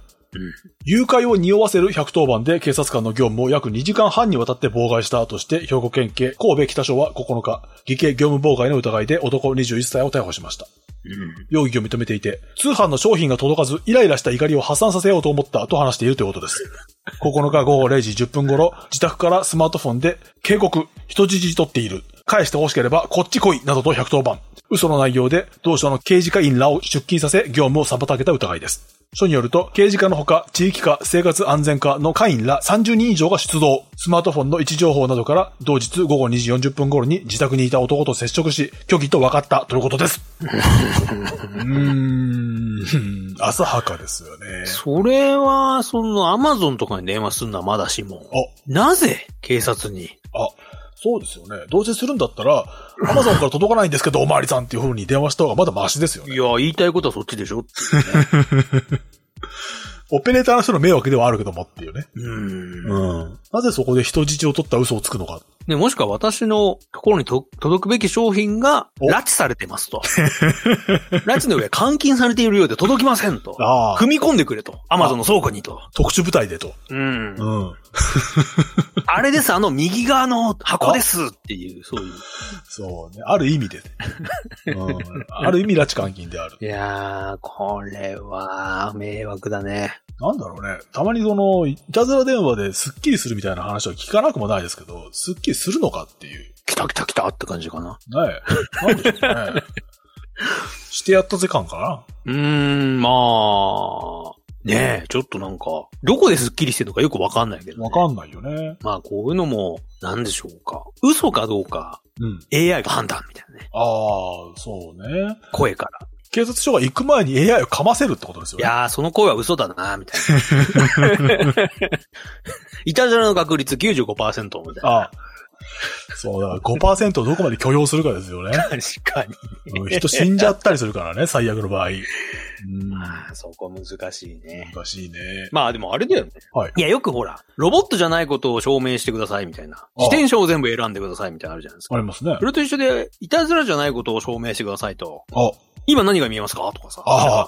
Speaker 1: 誘拐を匂わせる110番で警察官の業務を約2時間半にわたって妨害したとして、兵庫県警神戸北署は9日、偽計業務妨害の疑いで男21歳を逮捕しました。
Speaker 2: うん。
Speaker 1: 容疑を認めていて、通販の商品が届かず、イライラした怒りを破産させようと思ったと話しているということです。9日午後0時10分頃、自宅からスマートフォンで、警告、人質取っている。返して欲しければ、こっち来いなどと110番。嘘の内容で、同署の刑事課員らを出勤させ、業務を妨げた疑いです。書によると、刑事課のほか、地域課、生活安全課の課員ら30人以上が出動。スマートフォンの位置情報などから、同日午後2時40分頃に自宅にいた男と接触し、虚偽と分かったということです。うーん、 浅はかですよね。
Speaker 2: それは、その、アマゾンとかに電話するのはまだしも。なぜ、警察に。
Speaker 1: あ、あ、そうですよね。同せするんだったら、アマゾンから届かないんですけど、おまわりさんっていう風に電話した方がまだマシですよ
Speaker 2: い
Speaker 1: ね。
Speaker 2: や、言いたいことはそっちでしょ
Speaker 1: オペレーターの人の迷惑ではあるけどもっていうね。
Speaker 2: うん。
Speaker 1: うん。なぜそこで人質を取った嘘をつくのか。
Speaker 2: で、もしくは私のところにと届くべき商品が
Speaker 1: お
Speaker 2: 拉致されてますと。 拉致の上、監禁されているようで届きませんと。
Speaker 1: ああ
Speaker 2: 踏。み込んでくれと。アマゾンの倉庫にと。
Speaker 1: 特殊部隊でと。
Speaker 2: うん。
Speaker 1: うん。
Speaker 2: あれです、あの右側の箱ですっていう、そういう。
Speaker 1: そうね。ある意味で、ね。うん。ある意味拉致監禁である。
Speaker 2: いやー、これは、迷惑だね。
Speaker 1: なんだろうね。たまにその、いたずら電話でスッキリするみたいな話は聞かなくもないですけど、スッキリするのかっていう。
Speaker 2: 来た来た来たって感じかな。
Speaker 1: ねえ。なんでしょう ね。してやったぜ感かな。
Speaker 2: うーん、まあ、ねえ、ちょっとなんか、どこでスッキリしてるのかよくわかんないけど、ね。
Speaker 1: わかんないよね。
Speaker 2: まあ、こういうのも、なんでしょうか。嘘かどうか、
Speaker 1: うん。
Speaker 2: AI が判断みたいなね。
Speaker 1: ああ、そうね。
Speaker 2: 声から。
Speaker 1: 警察署が行く前に AI をかませるってことですよ
Speaker 2: い
Speaker 1: ね。
Speaker 2: やー、その声は嘘だな、みたいな。いたずらの確率95%みたいな。
Speaker 1: ああそうだ、5%をどこまで許容するかですよね。
Speaker 2: 確かに。
Speaker 1: うん人死んじゃったりするからね、最悪の場合。うん。
Speaker 2: まあ、そこ難しいね。
Speaker 1: 難しいね。
Speaker 2: まあでもあれだよね。
Speaker 1: はい。
Speaker 2: いや、よくほら、ロボットじゃないことを証明してくださいみたいな。自転車を全部選んでくださいみたいなのあるじゃないです
Speaker 1: あり
Speaker 2: か。
Speaker 1: ますね
Speaker 2: そ。れと一緒で、いたずらじゃないことを証明してくださいと。
Speaker 1: あ、
Speaker 2: 今何が見えますかとかさ。
Speaker 1: あ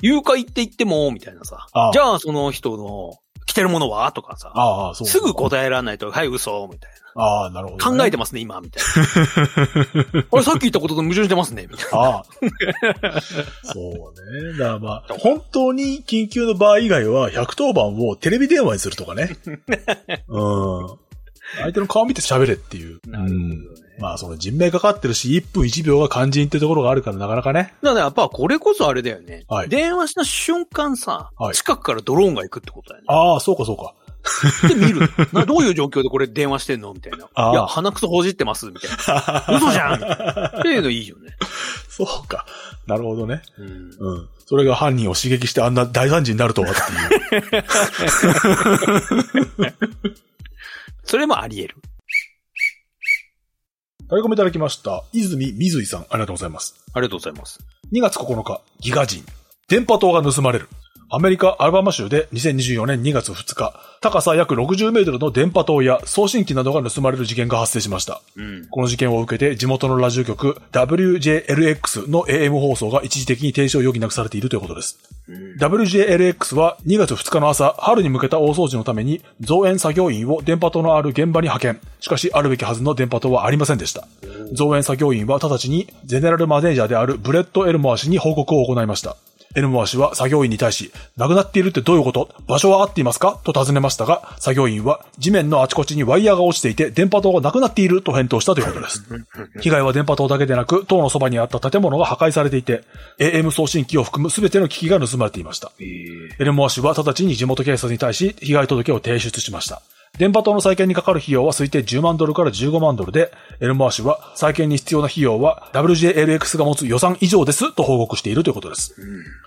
Speaker 2: 誘拐って言っても、みたいなさ。
Speaker 1: ああ
Speaker 2: じゃあその人の着てるものはとかさ。
Speaker 1: ああ、そう。
Speaker 2: すぐ答えられないと、はい、嘘、みたい
Speaker 1: ああ、なるほ
Speaker 2: な。
Speaker 1: ど、
Speaker 2: 考え
Speaker 1: て。
Speaker 2: てますね、今、みたい な。あれ、さっき言ったことと矛盾してますね、みたいな。
Speaker 1: ああ。そうね。だからまあ、本当に緊急の場合以外は、110番をテレビ電話にするとか ね。うん。相手の顔見て喋れっていう。うん。まあ、その人命かかってるし、1分1秒が肝心ってところがあるから、なかなかね。
Speaker 2: だからやっぱこれこそあれだよね。
Speaker 1: はい
Speaker 2: 電話した瞬間さ、
Speaker 1: はい
Speaker 2: 近くからドローンが行くってことだよね。
Speaker 1: ああ、そうかそうか。
Speaker 2: で見るの。などういう状況でこれ電話してんのみたいな。
Speaker 1: あー
Speaker 2: いや、鼻くそほじってます、みたいな。 嘘じゃんみたいなっていうのいいよね。
Speaker 1: そうか。なるほどね。
Speaker 2: うん。
Speaker 1: うん。それが犯人を刺激してあんな大惨事になるとはっていう。
Speaker 2: それもあり得る。
Speaker 1: タレコミいただきました。泉水井さん、ありがとうございます。
Speaker 2: ありがとうございます。
Speaker 1: 2月9日、ギガ人。電波塔が盗まれる。アメリカ・アルバマ州で2024年2月2日、高さ約60メートルの電波塔や送信機などが盗まれる事件が発生しました。
Speaker 2: うん。
Speaker 1: この事件を受けて地元のラジオ局 WJLX の AM 放送が一時的に停止を余儀なくされているということです。
Speaker 2: うん
Speaker 1: WJLX は2月2日の朝、春に向けた大掃除のために増援作業員を電波塔のある現場に派遣。しかし、あるべきはずの電波塔はありませんでした。増援作業員は直ちにゼネラルマネージャーであるブレッド・エルモア氏に報告を行いました。エルモア氏は作業員に対し、亡くなっているってどういうこと場所は合っていますかと尋ねましたが、作業員は地面のあちこちにワイヤーが落ちていて電波塔がなくなっていると返答したということです。被害は電波塔だけでなく、塔のそばにあった建物が破壊されていて、AM 送信機を含む全ての機器が盗まれていました。エルモア氏は直ちに地元警察に対し被害届を提出しました。電波塔の再建にかかる費用は推定10万ドルから15万ドルで、エルモア氏は再建に必要な費用は WJLX が持つ予算以上ですと報告しているということです。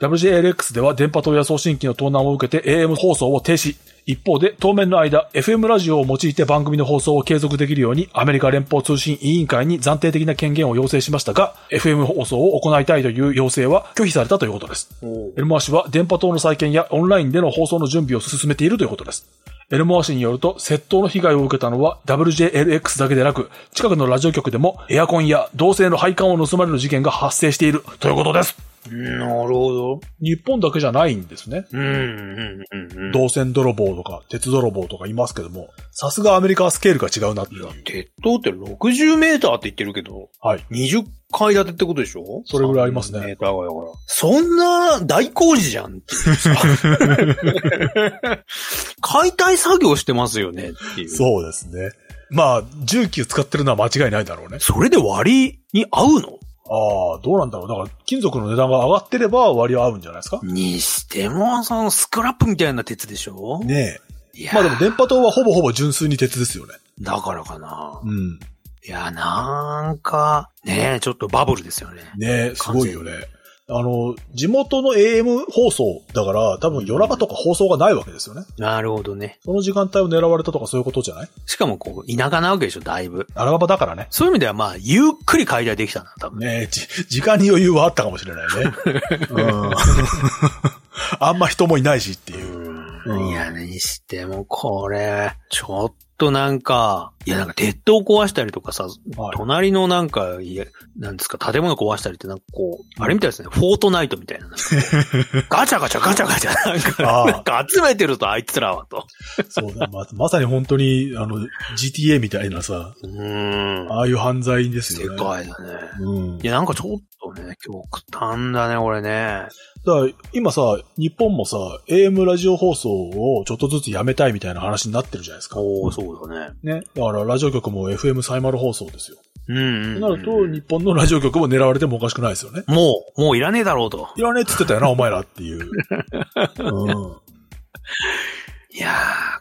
Speaker 1: WJLX では電波塔や送信機の盗難を受けて AM 放送を停止。一方で、当面の間、FM ラジオを用いて番組の放送を継続できるように、アメリカ連邦通信委員会に暫定的な権限を要請しましたが、FM 放送を行いたいという要請は拒否されたということです。エルモア氏は電波塔の再建やオンラインでの放送の準備を進めているということです。エルモア氏によると、窃盗の被害を受けたのは WJLX だけでなく、近くのラジオ局でもエアコンや同性の配管を盗まれる事件が発生しているということです。
Speaker 2: なるほど。
Speaker 1: 日本だけじゃないんですね。
Speaker 2: うん、うん、うんうん。
Speaker 1: 銅線泥棒とか、鉄泥棒とかいますけども、さすがアメリカはスケールが違うなっていう。
Speaker 2: 鉄塔って60メーターって言ってるけど、
Speaker 1: はい。
Speaker 2: 20階建てってことでしょ
Speaker 1: それぐらいありますね
Speaker 2: 30メーターがだから。そんな大工事じゃんっていうさ 解体作業してますよねっていう。
Speaker 1: そうですね。まあ、重機を使ってるのは間違いないだろうね。
Speaker 2: それで割に合うの
Speaker 1: ああ、どうなんだろう。だから、金属の値段が上がってれば割は合うんじゃないですか
Speaker 2: にしても、そのスクラップみたいな鉄でしょ
Speaker 1: ね
Speaker 2: い
Speaker 1: え。
Speaker 2: や
Speaker 1: まあでも、電波塔はほぼほぼ純粋に鉄ですよね。
Speaker 2: だからかな。
Speaker 1: うん。
Speaker 2: いや、なんか、ねえ、ちょっとバブルですよね。
Speaker 1: ねえ、すごいよね。あの、地元の AM 放送だから、多分夜中とか放送がないわけですよね。
Speaker 2: なるほどね。
Speaker 1: その時間帯を狙われたとかそういうことじゃない
Speaker 2: しかも、こう、田舎なわけでしょ、だいぶ。
Speaker 1: 荒場だからね。
Speaker 2: そういう意味では、まあ、ゆっくり解体できたな、多分。
Speaker 1: ねえ、じ、時間に余裕はあったかもしれないね。 うん。あんま人もいないしっていう。うん
Speaker 2: いや、にしても、これ、ちょっとなんか、いや、なんか、鉄塔壊したりとかさ、
Speaker 1: はい
Speaker 2: 隣のなんか、いやなんですか、建物壊したりって、なんかこう、あれみたいですね、フォートナイト みたいな。なんかガチャガチャガチャガチャ、なん
Speaker 1: あ
Speaker 2: か、
Speaker 1: あ
Speaker 2: なんか集めてると、あいつらはと。
Speaker 1: そうだ、ま、まさに本当に、あの、GTA みたいなさ、
Speaker 2: うーん。
Speaker 1: ああいう犯罪です
Speaker 2: 世
Speaker 1: よね。
Speaker 2: 界だね。
Speaker 1: うん。
Speaker 2: いや、なんかちょっとね、極端だね、これね。
Speaker 1: だから今さ、日本もさ、AM ラジオ放送をちょっとずつやめたいみたいな話になってるじゃないですか。
Speaker 2: おー、そうだね。
Speaker 1: ね。だからラジオ局も FM サイマル放送ですよ。
Speaker 2: うんうん、うん。
Speaker 1: となると、日本のラジオ局も狙われてもおかしくないですよね。
Speaker 2: もう、もういらねえだろうと。
Speaker 1: いらねえって言ってたよな、お前らっていう。 うん。
Speaker 2: いやー、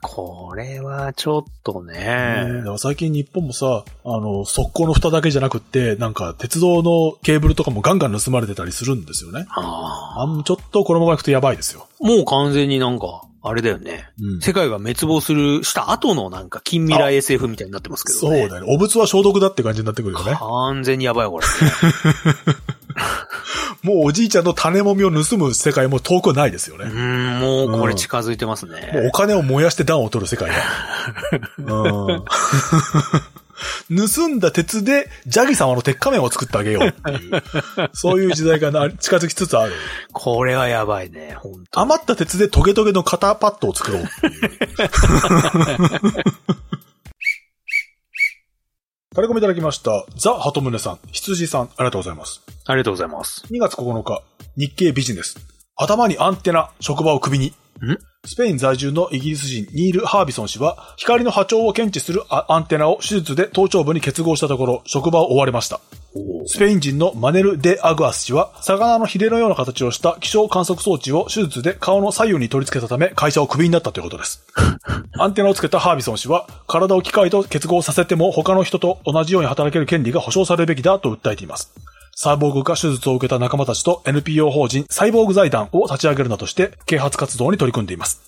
Speaker 2: これはちょっと
Speaker 1: うんだ
Speaker 2: ね
Speaker 1: か。ら最近日本もさ、あの、速攻の蓋だけじゃなくって、なんか鉄道のケーブルとかもガンガン盗まれてたりするんですよね。
Speaker 2: あ
Speaker 1: あん、ちょっとこれもがなくてやばいですよ。
Speaker 2: ーもう完全になんか、あれだよね。
Speaker 1: うん。
Speaker 2: 世界が滅亡する、した後のなんか近未来 SF みたいになってますけ
Speaker 1: そう
Speaker 2: どね。
Speaker 1: だよね。お仏は消毒だって感じになってくるよね。
Speaker 2: 完全にやば いよ、これ。
Speaker 1: もうおじいちゃんの種もみを盗む世界も遠くないですよ
Speaker 2: う
Speaker 1: ね。
Speaker 2: ーん、もうこれ近づいてますね。
Speaker 1: もうお金を燃やして暖を取る世界だ。うん。 盗んだ鉄でジャギ様の鉄仮面を作ってあげようっていう。そういう時代がな近づきつつある。
Speaker 2: これはやばいね、本当。
Speaker 1: 余った鉄でトゲトゲの肩パッドを作ろうっていう。タレコミいただきました。ザ・ハトムネさん、羊さん、ありがとうございます。
Speaker 2: ありがとうございます。
Speaker 1: 2月9日、日経ビジネス。頭にアンテナ、職場を首に。スペイン在住のイギリス人ニール・ハービソン氏は、光の波長を検知するあアンテナを手術で頭頂部に結合したところ、職場を追われました。
Speaker 2: おー
Speaker 1: スペイン人のマネル・デ・アグアス氏は、魚のヒレのような形をした気象観測装置を手術で顔の左右に取り付けたため、会社をクビになったということです。アンテナをつけたハービソン氏は、体を機械と結合させても他の人と同じように働ける権利が保障されるべきだと訴えています。サーボーグが手術を受けた仲間たちと NPO 法人サイボーグ財団を立ち上げるなどして啓発活動に取り組んでいます。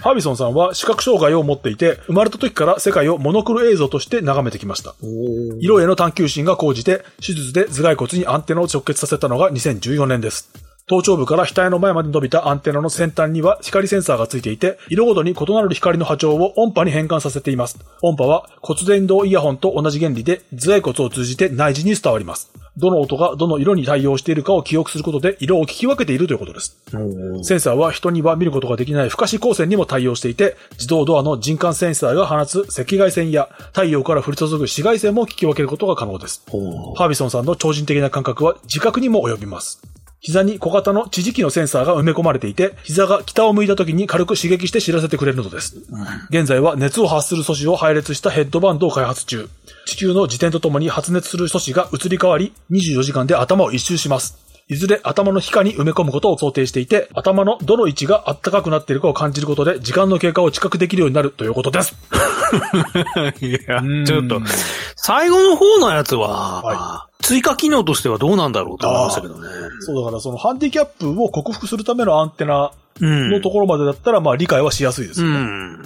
Speaker 1: ハービソンさんは視覚障害を持っていて、生まれた時から世界をモノクロ映像として眺めてきました。
Speaker 2: おー
Speaker 1: 色への探求心が高じて、手術で頭蓋骨にアンテナを直結させたのが2014年です。頭頂部から額の前まで伸びたアンテナの先端には光センサーがついていて、色ごとに異なる光の波長を音波に変換させています。音波は骨伝導イヤホンと同じ原理で、頭蓋骨を通じて内耳に伝わります。どの音がどの色に対応しているかを記憶することで色を聞き分けているということです。
Speaker 2: おー
Speaker 1: センサーは人には見ることができない不可視光線にも対応していて、自動ドアの人感センサーが放つ赤外線や太陽から降り注ぐ紫外線も聞き分けることが可能です。
Speaker 2: おー
Speaker 1: ハービソンさんの超人的な感覚は自覚にも及びます。膝に小型の地磁気のセンサーが埋め込まれていて、膝が北を向いた時に軽く刺激して知らせてくれるのです。現在は熱を発する素子を配列したヘッドバンドを開発中。地球の自転とともに発熱する素子が移り変わり、24時間で頭を一周します。いずれ頭の皮下に埋め込むことを想定していて、頭のどの位置が暖かくなっているかを感じることで、時間の経過を知覚できるようになるということです。
Speaker 2: いや
Speaker 1: うん、
Speaker 2: ちょっと、最後の方のやつは、
Speaker 1: は
Speaker 2: 追加機能としてはどうなんだろうと思いましたけどね。
Speaker 1: そうだから、そのハンディキャップを克服するためのアンテナ
Speaker 2: うん。
Speaker 1: のところまでだったら、まあ理解はしやすいです
Speaker 2: う
Speaker 1: よね。
Speaker 2: ん。
Speaker 1: うん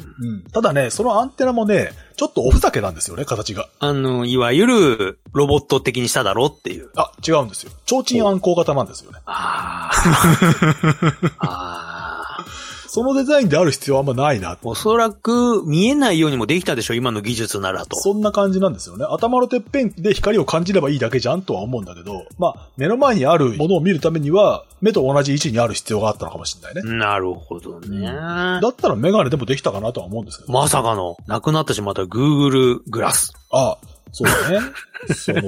Speaker 1: ただね、そのアンテナもね、ちょっとおふざけなんですよね、形が。
Speaker 2: あの、いわゆる、ロボット的にしただろうっていう。
Speaker 1: あ、違うんですよ。提灯暗光型なんですよね。
Speaker 2: ああ。 ああ。
Speaker 1: そのデザインである必要はあんまないな。
Speaker 2: おそらく、見えないようにもできたでしょ、今の技術ならと。
Speaker 1: そんな感じなんですよね。頭のてっぺんで光を感じればいいだけじゃんとは思うんだけど、まあ、目の前にあるものを見るためには、目と同じ位置にある必要があったのかもしれないね。
Speaker 2: なるほどね。
Speaker 1: だったらメガネでもできたかなとは思うんですけど。
Speaker 2: まさかの、なくなってしまった Google グラス。
Speaker 1: あ、そうだね。その、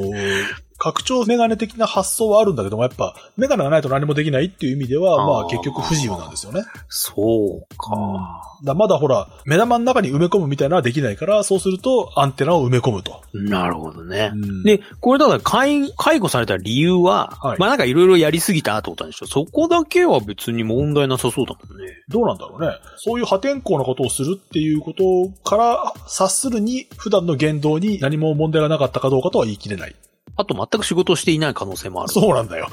Speaker 1: 拡張メガネ的な発想はあるんだけども、やっぱ、メガネがないと何もできないっていう意味では、ま
Speaker 2: あ
Speaker 1: あ
Speaker 2: ー
Speaker 1: 結局不自由なんですよね。
Speaker 2: そう
Speaker 1: か
Speaker 2: か。
Speaker 1: だまだほら、目玉の中に埋め込むみたいなのはできないから、そうするとアンテナを埋め込むと。
Speaker 2: なるほどね。
Speaker 1: うん
Speaker 2: で、これだから介介護された理由は、
Speaker 1: はい
Speaker 2: まあなんかいろいろやりすぎたってことなんでしょそこだけは別に問題なさそうだもんね。
Speaker 1: どうなんだろうね。そういう破天荒なことをするっていうことから察するに、普段の言動に何も問題がなかったかどうかとは言い切れない。
Speaker 2: あと全く仕事をしていない可能性もある。
Speaker 1: そうなんだよ。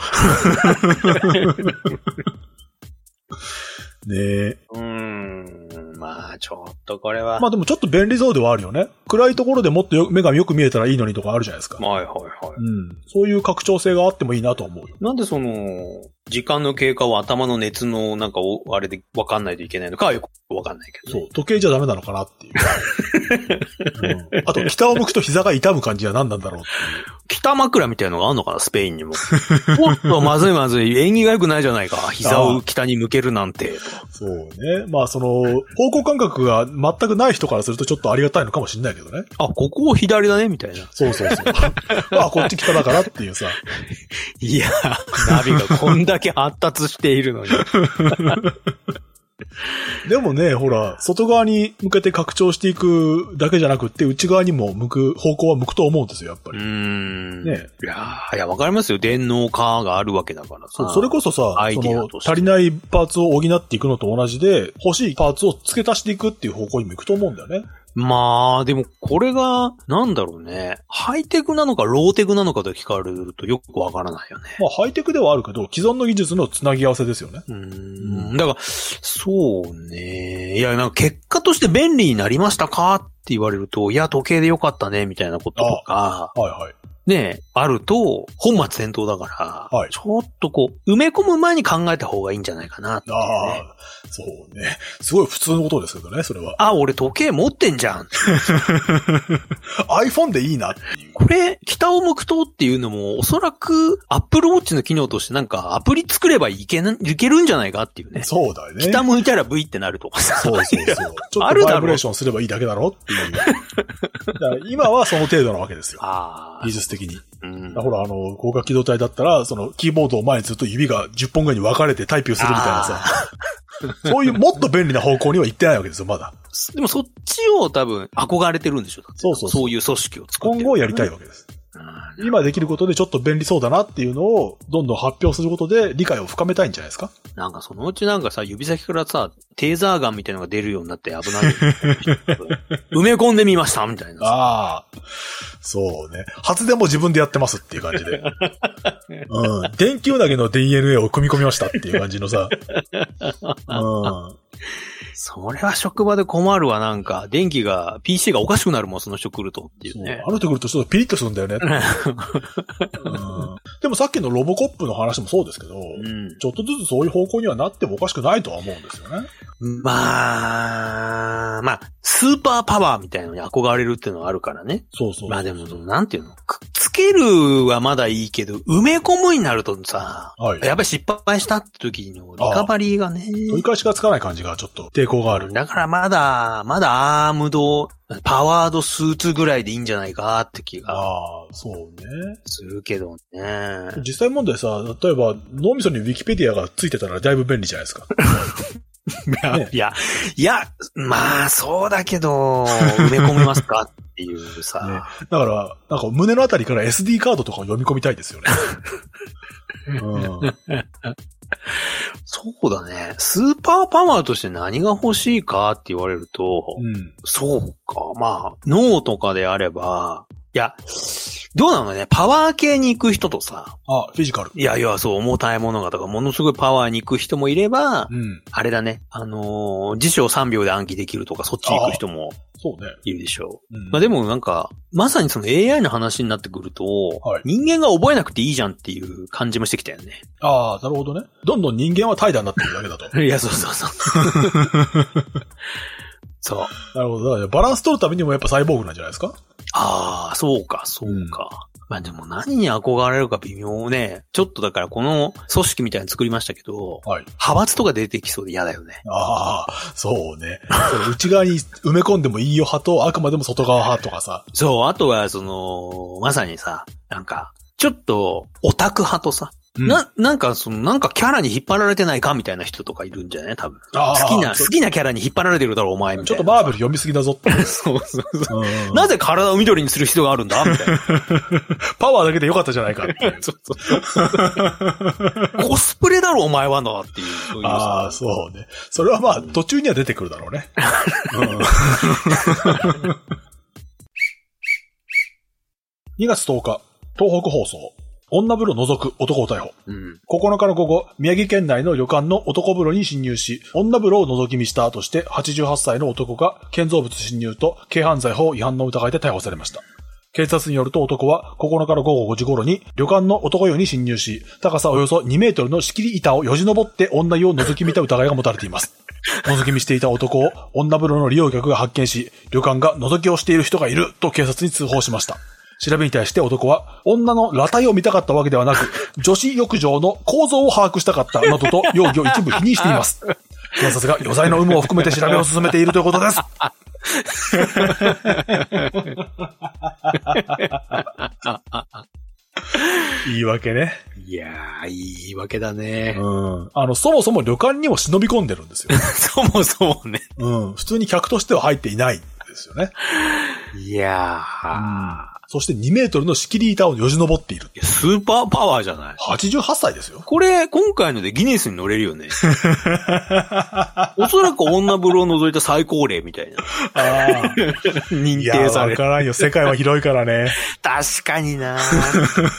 Speaker 1: ねえ。
Speaker 2: う。ん。まあちょっとこれは。
Speaker 1: まあでもちょっと便利そうではあるよね。暗いところでもっとよ目がよく見えたらいいのにとかあるじゃないですか。
Speaker 2: はいはいは
Speaker 1: うん。そういう拡張性があってもいいなとは思うよ。
Speaker 2: い。なんでその、時間の経過を頭の熱のなんかお、あれで分かんないといけないのかはよく分かんないけど、
Speaker 1: そ
Speaker 2: ね。
Speaker 1: う。時計じゃダメなのかなっていう。うんあと、北を向くと膝が痛む感じは何なんだろうっていう。
Speaker 2: 北枕みたいのがあるのかな、スペイ ンにも。おっと、まずいまずい。縁起が良くないじゃないか。膝を北に向けるなんて。
Speaker 1: そうね。まあその、方向感覚が全くない人からするとちょっとありがたいのかもしれないけどね。
Speaker 2: あ、ここを左だね、みたいな。
Speaker 1: そうそう そう。あ、こっち北だからっていうさ。
Speaker 2: いや、 ナビがこんだけ発達しているのに。
Speaker 1: でもね、ほら、外側に向けて拡張していくだけじゃなくって、内側にも向く、方向は向くと思うんですよ、やっぱ
Speaker 2: う
Speaker 1: り。
Speaker 2: ーん。
Speaker 1: ね
Speaker 2: いやーいや、わかりますよ。電脳化があるわけだから
Speaker 1: そ
Speaker 2: さ。
Speaker 1: うそれこそさ、
Speaker 2: アイ
Speaker 1: そ
Speaker 2: ディア
Speaker 1: の
Speaker 2: として
Speaker 1: 足りないパーツを補っていくのと同じで、欲しいパーツを付け足していくっていう方向にも行くと思うんだよね。
Speaker 2: まあ、でもこれが、なんだろうね。ハイテクなのかローテクなのかと聞かれるとよくわからないよね。
Speaker 1: まあ、ハイテクではあるけど、既存の技術のつなぎ合わせですよね。
Speaker 2: うーん。だから、そうね。いや、なんか結果として便利になりましたかって言われると、いや、時計でよかったね、みたいなこととか、
Speaker 1: はいはい。
Speaker 2: ね、あると、本末転倒だから、
Speaker 1: はい
Speaker 2: ちょっとこう、埋め込む前に考えた方がいいんじゃないかなっていうね、
Speaker 1: ああ、そうね。すごい普通のことですけどね、それは。
Speaker 2: あ、俺時計持ってんじゃん。
Speaker 1: iPhone でいいなっていう。
Speaker 2: これ、北を向くとっていうのも、おそらく、Apple Watch の機能としてなんか、アプリ作ればいけな、いけるんじゃないかっていうね。
Speaker 1: そうだよね。
Speaker 2: 北向いたら V ってなるとか さ。
Speaker 1: そうそう そう。ちょっ
Speaker 2: あ
Speaker 1: と
Speaker 2: るだろ
Speaker 1: バイブレーションすればいいだけだろっていう。だから今はその程度なわけですよ。
Speaker 2: ああ
Speaker 1: 技。術的に。
Speaker 2: うん
Speaker 1: ほら、あの、光学機動隊だったら、その、キーボードを前にすると指が10本ぐらいに分かれてタイプするみたいなさ。そういうもっと便利な方向には行ってないわけですよ、まだ。
Speaker 2: でもそっちを多分憧れてるんでしょだって
Speaker 1: そうそうそう
Speaker 2: そういう組織を作っ
Speaker 1: 今
Speaker 2: てる。
Speaker 1: 後やりたいわけです。
Speaker 2: うん
Speaker 1: 今できることでちょっと便利そうだなっていうのを、どんどん発表することで理解を深めたいんじゃないですか
Speaker 2: なんかそのうちなんかさ、指先からさ、テーザーガンみたいなのが出るようになって 危ない。埋め込んでみましたみたいな。
Speaker 1: ああ。そうね。発電も自分でやってますっていう感じで。うん。電球投げの DNA を組み込みましたっていう感じのさ。うん。
Speaker 2: それは職場で困るわ、なんか。電気が、PC がおかしくなるもん、その人来るとっていうね。
Speaker 1: あの人来るとちょっとピリッとするんだよ ね。うんでもさっきのロボコップの話もそうですけど、
Speaker 2: うん。
Speaker 1: ちょっとずつそういう方向にはなってもおかしくないとは思うんですよね。
Speaker 2: まあ、まあ、スーパーパワーみたいなのに憧れるっていうのはあるからね。
Speaker 1: そうそう。
Speaker 2: まあでも、そのなんていうのくっつけるはまだいいけど、埋め込むになるとさ、
Speaker 1: はい。
Speaker 2: やっぱり失敗したって時のリカバリーがね。
Speaker 1: 取り返しがつかない感じがちょっと抵抗がある。
Speaker 2: だからまだ、まだアームド、パワードスーツぐらいでいいんじゃないかって気が
Speaker 1: ああ、そうね。
Speaker 2: するけど ね。
Speaker 1: 実際問題さ、例えば脳みそにウィキペディアがついてたらだいぶ便利じゃないですか。ね
Speaker 2: いや、いや、まあそうだけど、埋め込めますかっていうさ。
Speaker 1: ねだから、なんか胸のあたりから SD カードとかを読み込みたいですよね。 うん、
Speaker 2: そうだね。スーパーパワーとして何が欲しいかって言われると、
Speaker 1: うん。
Speaker 2: そうか。まあ、脳とかであれば、いや、どうなのね。パワー系に行く人とさ、
Speaker 1: あ、フィジカル。
Speaker 2: いやいや、そう、重たいものがとか、ものすごいパワーに行く人もいれば、
Speaker 1: うん。
Speaker 2: あれだね。あのー辞書を3秒で暗記できるとか、そっち行く人も
Speaker 1: そうね。
Speaker 2: いるでしょう。
Speaker 1: うん
Speaker 2: まあでもなんか、まさにその AI の話になってくると、
Speaker 1: はい
Speaker 2: 人間が覚えなくていいじゃんっていう感じもしてきたよね。
Speaker 1: ああ、なるほどね。どんどん人間は怠惰になってるだけだと。
Speaker 2: いや、そうそう そう。そう。
Speaker 1: なるほど。だからバランス取るためにもやっぱサイボーグなんじゃないですか
Speaker 2: ああ、そうか、そうか。まあでも何に憧れるか微妙ね。ちょっとだからこの組織みたいなの作りましたけど、
Speaker 1: はい。
Speaker 2: 派閥とか出てきそうで嫌だよね。
Speaker 1: ああ、そうね。そ の内側に埋め込んでもいいよ派と、あくまでも外側派とかさ。
Speaker 2: そう、あとはその、まさにさ、なんか、ちょっと、オタク派とさ、
Speaker 1: うん
Speaker 2: な、なんかその、なんかキャラに引っ張られてないかみたいな人とかいるんじゃない多分。
Speaker 1: あ
Speaker 2: 好
Speaker 1: ー
Speaker 2: きな、
Speaker 1: ちょ
Speaker 2: 好きなキャラに引っ張られてるだろう、お前み
Speaker 1: ち
Speaker 2: た
Speaker 1: ょっ
Speaker 2: いな。
Speaker 1: とバーベル読みすぎだぞって。
Speaker 2: と、そうそうそう。な
Speaker 1: なぜ
Speaker 2: ぜ体を緑にする必要があるんだみたいな。
Speaker 1: パワーだけでよかったじゃないかっていう。
Speaker 2: そうそうそう。コスプレだろ、お前はな、っていう。そういうさ
Speaker 1: ああ、そうね。それはまあ、途中には出てくるだろうね。 うん、2月10日、東北放送。女風呂除く男を逮捕。
Speaker 2: うん。
Speaker 1: 9日の午後、宮城県内の旅館の男風呂に侵入し、女風呂を覗き見したとして、88歳の男が建造物侵入と軽犯罪法違反の疑いで逮捕されました。警察によると男は9日の午後5時頃に旅館の男湯に侵入し、高さおよそ2メートルの仕切り板をよじ登って女湯を覗き見た疑いが持たれています。覗き見していた男を女風呂の利用客が発見し、旅館が覗きをしている人がいると警察に通報しました。調べに対して男は、女の裸体を見たかったわけではなく、女子浴場の構造を把握したかったなどと容疑を一部否認しています。警察が余罪の有無を含めて調べを進めているということ です。言い訳ね。
Speaker 2: いやー、いい言い訳だね。
Speaker 1: うん。あの、そもそも旅館にも忍び込んでるんですよ。
Speaker 2: そもそもね。
Speaker 1: うん。普通に客としては入っていないんですよね。
Speaker 2: いや
Speaker 1: そして2メートルの仕切り板をよじ登っている。
Speaker 2: ー。スーパーパワーじゃない
Speaker 1: 88歳ですよ。
Speaker 2: これ、今回のでギネスに乗れ るよね。おそらく女風呂を除いた最高齢みたいな。
Speaker 1: ああ。
Speaker 2: 認
Speaker 1: いや、
Speaker 2: 定さ
Speaker 1: わ
Speaker 2: れる。
Speaker 1: からんよ。世界は広いからね。
Speaker 2: 確かにな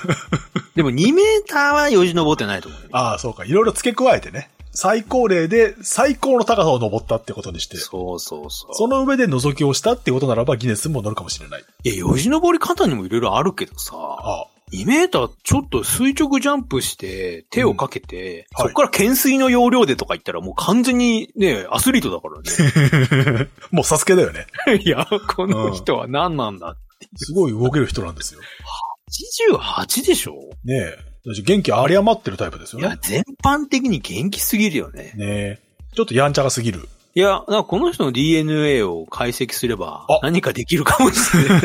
Speaker 2: でも2メーターはよじ登ってないと思うよ。
Speaker 1: ああ、そうか。いろいろ付け加えてね。最高齢で最高の高さを登ったってことにして、
Speaker 2: そうそうそう。
Speaker 1: その上で覗きをしたってことならばギネスも乗るかもしれない。
Speaker 2: いや、よじ登り方にもいろいろあるけどさ、
Speaker 1: ああ。
Speaker 2: 2メーターちょっと垂直ジャンプして、手をかけて、
Speaker 1: うんはい
Speaker 2: そこから懸垂の要領でとか言ったらもう完全にね、アスリートだから
Speaker 1: もうサスケだよね。
Speaker 2: ね。 いや、この人は何なんだ。
Speaker 1: すごい動ける人なんですよ。
Speaker 2: 88でしょ
Speaker 1: ねえ。私元気あり余ってるタイプです
Speaker 2: い
Speaker 1: よね
Speaker 2: や、。全般的に元気すぎるよね。
Speaker 1: ねえ。ちょっとやんちゃがすぎる。
Speaker 2: いや、なんかこの人の DNA を解析すれば
Speaker 1: あ、
Speaker 2: 何かできるかもし れない。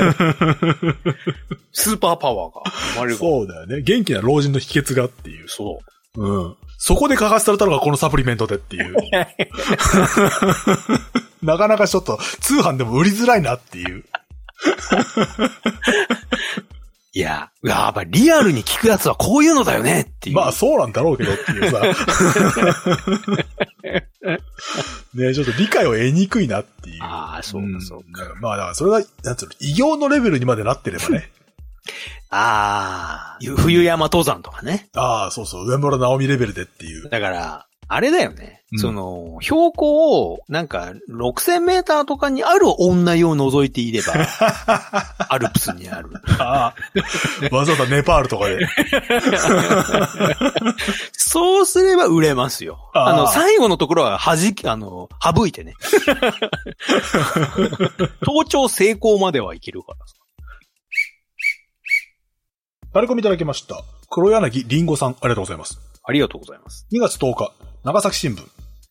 Speaker 2: スーパーパワーが生まれるかも。
Speaker 1: そうだよね。元気な老人の秘訣がっていう。
Speaker 2: そう。
Speaker 1: うん。そこで書かせられたのがこのサプリメントでっていう。なかなかちょっと通販でも売りづらいなっていう。
Speaker 2: いや、やっぱリアルに聞くやつはこういうのだよねっていう。
Speaker 1: まあそうなんだろうけどっていう さ。ねちょっと理解を得にくいなっていう。
Speaker 2: ああ、そうか、そうか。
Speaker 1: んまあだからそれが、なんつうの、異形のレベルにまでなってればね。
Speaker 2: ああ、冬山登山とかね。
Speaker 1: ああ、そうそう、上村直美レベルでって いう。
Speaker 2: だから、あれだよね。
Speaker 1: うん
Speaker 2: その、標高を、なんか、6000メーターとかにある女湯を除いていれば、アルプスにある。
Speaker 1: ああ。わざわざネパールとかで。
Speaker 2: そうすれば売れますよ。
Speaker 1: あー
Speaker 2: あの、最後のところは弾き、あの、省いてね。盗聴成功まではいけるから。
Speaker 1: タレコミいただきました。黒柳りんごさん、ありがとうございます。
Speaker 2: ありがとうございます。
Speaker 1: 2月10日、長崎新聞。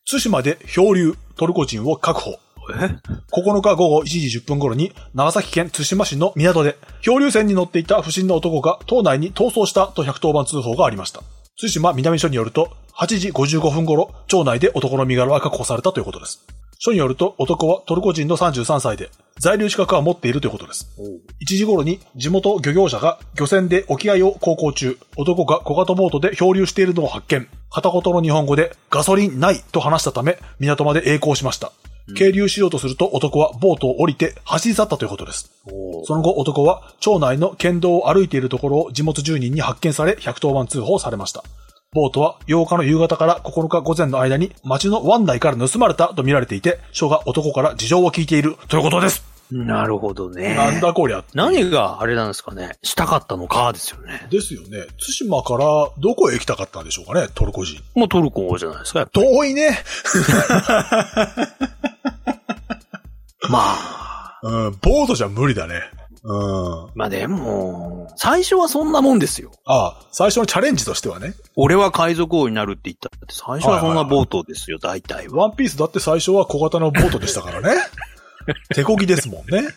Speaker 1: 対馬で漂流、トルコ人を確保。9日午後1時10分頃に、長崎県対馬市の港で、漂流船に乗っていた不審な男が島内に逃走したと110番通報がありました。対馬南署によると、8時55分頃、町内で男の身柄は確保されたということです。署によると、男はトルコ人の33歳で、在留資格は持っているということです。1時頃に地元漁業者が漁船で沖合を航行中、男が小型ボートで漂流しているのを発見。片言の日本語でガソリンないと話したため、港まで栄光しました。係留しようとすると男はボートを降りて走り去ったということです。
Speaker 2: おー
Speaker 1: その後男は町内の県道を歩いているところを地元住人に発見され110番通報されました。ボートは8日の夕方から9日午前の間に町の湾内から盗まれたと見られていて、署が男から事情を聞いているということです。
Speaker 2: なるほどね。
Speaker 1: なんだこりゃ。
Speaker 2: 何があれなんですかね。したかったのかですよね。
Speaker 1: ですよね。対馬からどこへ行きたかったんでしょうかね、トルコ人。
Speaker 2: もうトルコじゃないですか。
Speaker 1: 遠いね。
Speaker 2: まあ。
Speaker 1: うん、ボートじゃ無理だね。うん。
Speaker 2: まあでも、最初はそんなもんですよ。
Speaker 1: あ最初のチャレンジとしてはね。
Speaker 2: 俺は海賊王になるって言ったって、最初はそんな冒頭ですよ、大体は。
Speaker 1: ワンピースだ って最初は小型のボートでしたからね。手こぎですもんね。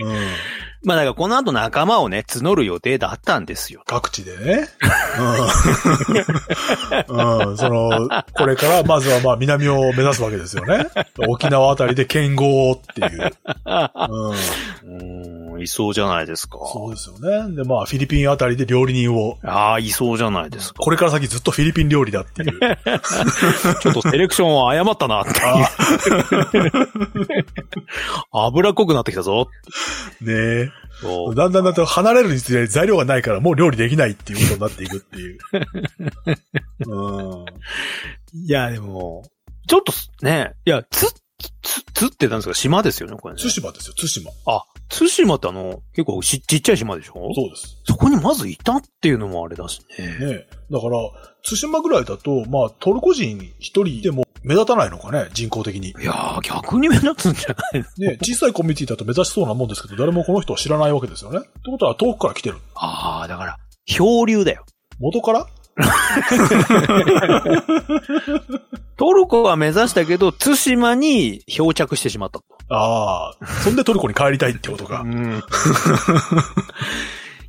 Speaker 1: うん。
Speaker 2: まあだからこの後仲間をね、募る予定だったんですよ。
Speaker 1: 各地でね。うん。 うん、その、これから、まずはまあ南を目指すわけですよね。沖縄あたりで剣豪っていう。うん。
Speaker 2: うん、いそうじゃないですか。
Speaker 1: そうですよね。で、まあフィリピンあたりで料理人を。
Speaker 2: ああ、いそうじゃないですか。
Speaker 1: これから先ずっとフィリピン料理だっていう。
Speaker 2: ちょっとセレクションを誤ったなっていう。 脂っこくなってきたぞ。
Speaker 1: ねえ。
Speaker 2: そう
Speaker 1: だんだんだんと離れるにつれ材料がないからもう料理できないっていうことになっていくっていう。うん。
Speaker 2: いや、でも、ちょっとすね、いや、つ、つ、つってなんですか島ですよね、これね。
Speaker 1: 対馬ですよ、対馬。
Speaker 2: あ、対島ってあの、結構しちっちゃい島でしょ
Speaker 1: そうです。
Speaker 2: そこにまずいたっていうのもあれだしね。
Speaker 1: ねだから、対馬ぐらいだと、まあ、トルコ人一人でも目立たないのかね、人口的に。
Speaker 2: いやー、逆に目立つんじゃないの
Speaker 1: ね小さいコミュニティだと目指しそうなもんですけど、誰もこの人を知らないわけですよね。ってことは遠くから来てる。
Speaker 2: あー、だから、漂流だよ。
Speaker 1: 元から
Speaker 2: トルコは目指したけど、対馬に漂着してしまったと。
Speaker 1: ああ、そんでトルコに帰りたいってことか。
Speaker 2: ん。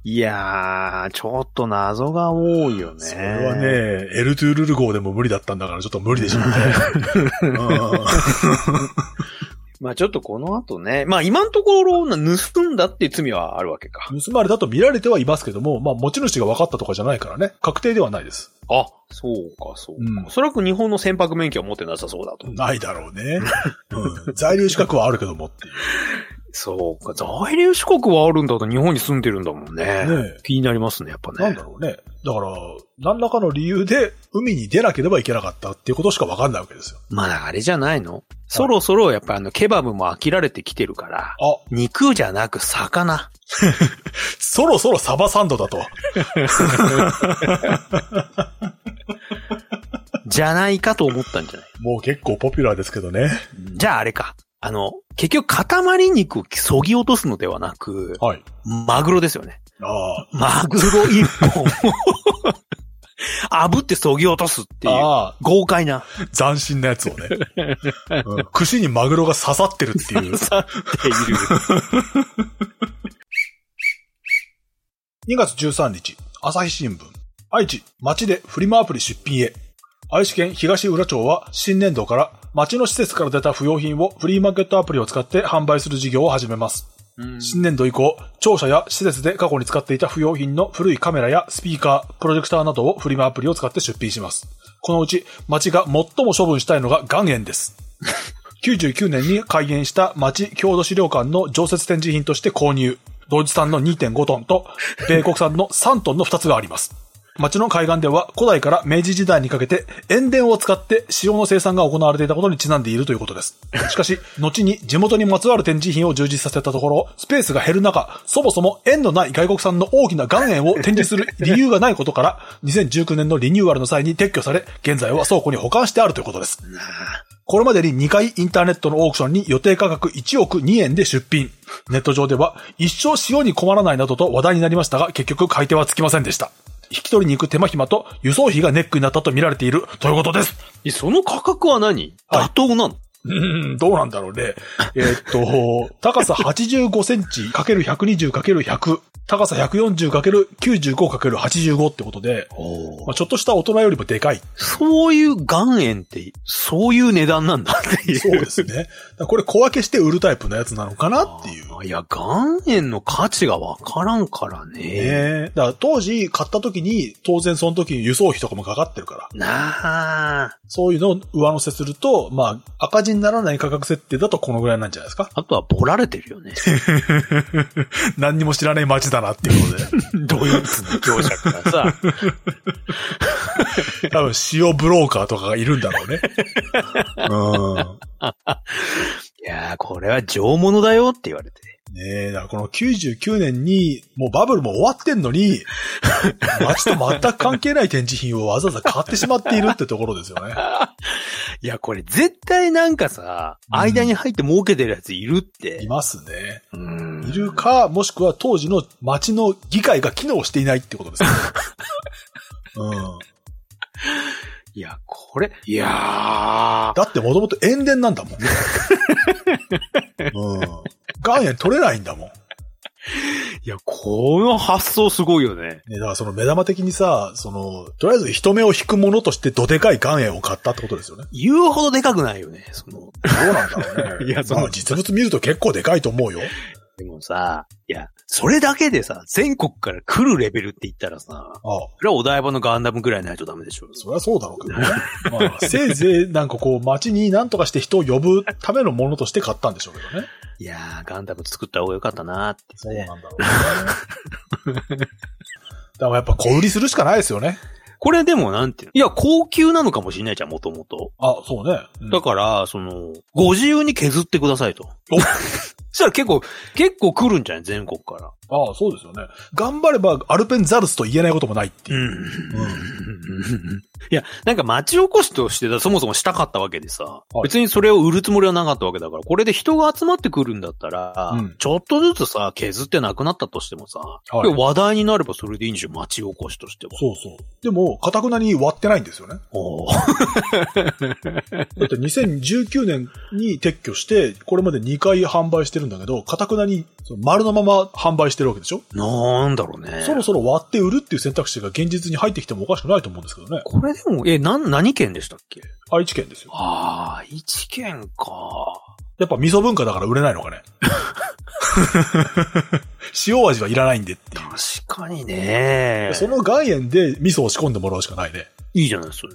Speaker 2: いやー、ちょっと謎が多いよね。
Speaker 1: それはね、エルトゥールル号でも無理だったんだからちょっと無理でしょうね。うん
Speaker 2: まあちょっとこの後ね、まあ今のところ盗んだっていう罪はあるわけか。
Speaker 1: 盗まれたと見られてはいますけども、まあ持ち主が分かったとかじゃないからね、確定ではないです。
Speaker 2: あ、そうか、そうか。
Speaker 1: うん
Speaker 2: おそらく日本の船舶免許は持ってなさそうだと。
Speaker 1: ないだろうね。うん、在留資格はあるけどもっていう。
Speaker 2: そうか、在留資格はあるんだと日本に住んでるんだもんね。
Speaker 1: ねえ
Speaker 2: 気になりますね、やっぱね。
Speaker 1: なんだろうね。だから、何らかの理由で海に出なければいけなかったっていうことしか分かんないわけですよ。
Speaker 2: まだあれじゃないのそろそろやっぱあの、ケバブも飽きられてきてるから、
Speaker 1: あ、
Speaker 2: 肉じゃなく魚。
Speaker 1: そろそろサバサンドだと。
Speaker 2: じゃないかと思ったんじゃない
Speaker 1: もう結構ポピュラーですけどね。
Speaker 2: じゃああれか。あの、結局塊肉を削ぎ落とすのではなく、
Speaker 1: はい。
Speaker 2: マグロですよね。
Speaker 1: あ
Speaker 2: マグロ一 本を炙って削ぎ落とすって
Speaker 1: あ。
Speaker 2: いう。
Speaker 1: ああ、
Speaker 2: 豪快な。
Speaker 1: 斬新なやつをね、うん串にマグロが刺 さってるっていう。
Speaker 2: さっている。
Speaker 1: 2月13日、朝日新聞。愛知、町でフリマアプリ出品へ。愛知県東浦町は新年度から町の施設から出た不要品をフリーマーケットアプリを使って販売する事業を始めます。 新年度以降、庁舎や施設で過去に使っていた不要品の古いカメラやスピーカー、プロジェクターなどをフリマアプリを使って出品します。このうち、町が最も処分したいのが岩塩です。99年に開園した町郷土資料館の常設展示品として購入。同時産の2.5トンと、米国産の3トンの2つがあります。町の海岸では古代から明治時代にかけて塩田を使って塩の生産が行われていたことにちなんでいるということです。しかし、後に地元にまつわる展示品を充実させたところ、スペースが減る中、そもそも塩のない外国産の大きな岩塩を展示する理由がないことから、2019年のリニューアルの際に撤去され、現在は倉庫に保管してあるということです。これまでに2回インターネットのオークションに予定価格1億2円で出品。ネット上では一生塩に困らないなどと話題になりましたが、結局買い手はつきませんでした。引き取りに行く手間暇と輸送費がネックになったと見られているということです。
Speaker 2: えその価格は何
Speaker 1: はい
Speaker 2: 妥当なの、
Speaker 1: うーん、どうなんだろうね。えーっと、高さ85センチ ×120×100、高さ 140×95×85 ってことで、まあ、ちょっとした大人よりもでかい
Speaker 2: そういう岩塩って、そういう値段なんだっていう。
Speaker 1: そうですね。だからこれ小分けして売るタイプのやつなのかなっていう。
Speaker 2: あいや、岩塩の価値がわからんからね。
Speaker 1: ねえ。だから当時買った時に、当然その時に輸送費とかもかかってるから、
Speaker 2: なあ。。
Speaker 1: そういうのを上乗せすると、まあ、赤字にならない価格設定だとこのぐらいなんじゃないですか
Speaker 2: あとはボラれてるよ ね。
Speaker 1: 何にも知らない街だなっていうこと
Speaker 2: ドイツの業者からさ。
Speaker 1: で。多分、塩ブローカーとかがいるんだろうね。 うん。
Speaker 2: いやー、これは上物だよって言われて。
Speaker 1: ねえ、だからこの99年に、もうバブルも終わってんの に、街と全く関係ない展示品をわざわざ買ってしまっているってところですよね。
Speaker 2: いや、これ絶対なんかさ、
Speaker 1: うん
Speaker 2: 間に入って儲けてるやついるって
Speaker 1: い。ますね。
Speaker 2: うん
Speaker 1: いるか、もしくは当時の町の議会が機能していないってことですね。うん、
Speaker 2: いや、これ。いやー。
Speaker 1: だってもともと塩田なんだもん。うん、岩塩取れないんだもん。
Speaker 2: いや、この発想すごいよね。
Speaker 1: ね、だからその目玉的にさ、その、とりあえず人目を引くものとしてどでかい岩塩を買ったってことですよね。
Speaker 2: 言うほどでかくないよね、その。
Speaker 1: どうなんだろうね。
Speaker 2: いやその
Speaker 1: まあ実物見ると結構でかいと思うよ。
Speaker 2: でもさ、いや、それだけでさ、全国から来るレベルって言ったらさ、
Speaker 1: ああ、
Speaker 2: それはお台場のガンダムぐらいないとダメでしょ。
Speaker 1: そりゃそうだろうけどね。まあ、せいぜいなんかこう街に何とかして人を呼ぶためのものとして買ったんでしょうけどね。
Speaker 2: いやー、ガンダム作った方が良かったなーって、ね。
Speaker 1: そうなんだろうね。 でもやっぱ小売りするしかないですよね。
Speaker 2: これでもなんていうのいや、高級なのかもしれないじゃん、もともと。
Speaker 1: あ、そうね。うん
Speaker 2: だから、その、ご自由に削ってくださいと。 そしたら結構、結構来るんじゃない全国から。
Speaker 1: ああ、そうですよね。頑張ればアルペンザルスと言えないこともないっていう。
Speaker 2: うん。いや、なんか町おこしとしてそもそもしたかったわけでさ、
Speaker 1: い
Speaker 2: 別にそれを売るつもりはなかったわけだから、これで人が集まってくるんだったら、
Speaker 1: うん
Speaker 2: ちょっとずつさ、削ってなくなったとしてもさ、
Speaker 1: はい
Speaker 2: で話題になればそれでいいんでしょ町おこしとしても。
Speaker 1: そうそう。でも、かたくなに割ってないんですよね。
Speaker 2: おー
Speaker 1: だって2019年に撤去して、これまで2回販売してるんだけど、かたくなにその丸のまま販売してるわけでしょ、
Speaker 2: なんだろうね。
Speaker 1: そろそろ割って売るっていう選択肢が現実に入ってきてもおかしくないと思うんですけどね。
Speaker 2: これでも、え、なん、何県でしたっけ
Speaker 1: 愛知県ですよ。
Speaker 2: ああ、一県か。
Speaker 1: やっぱ味噌文化だから売れないのか ね。塩味はいらないんでってい
Speaker 2: 確かにね
Speaker 1: う。。その岩塩で味噌を仕込んでもらうしかないね。
Speaker 2: いいじゃないですかね。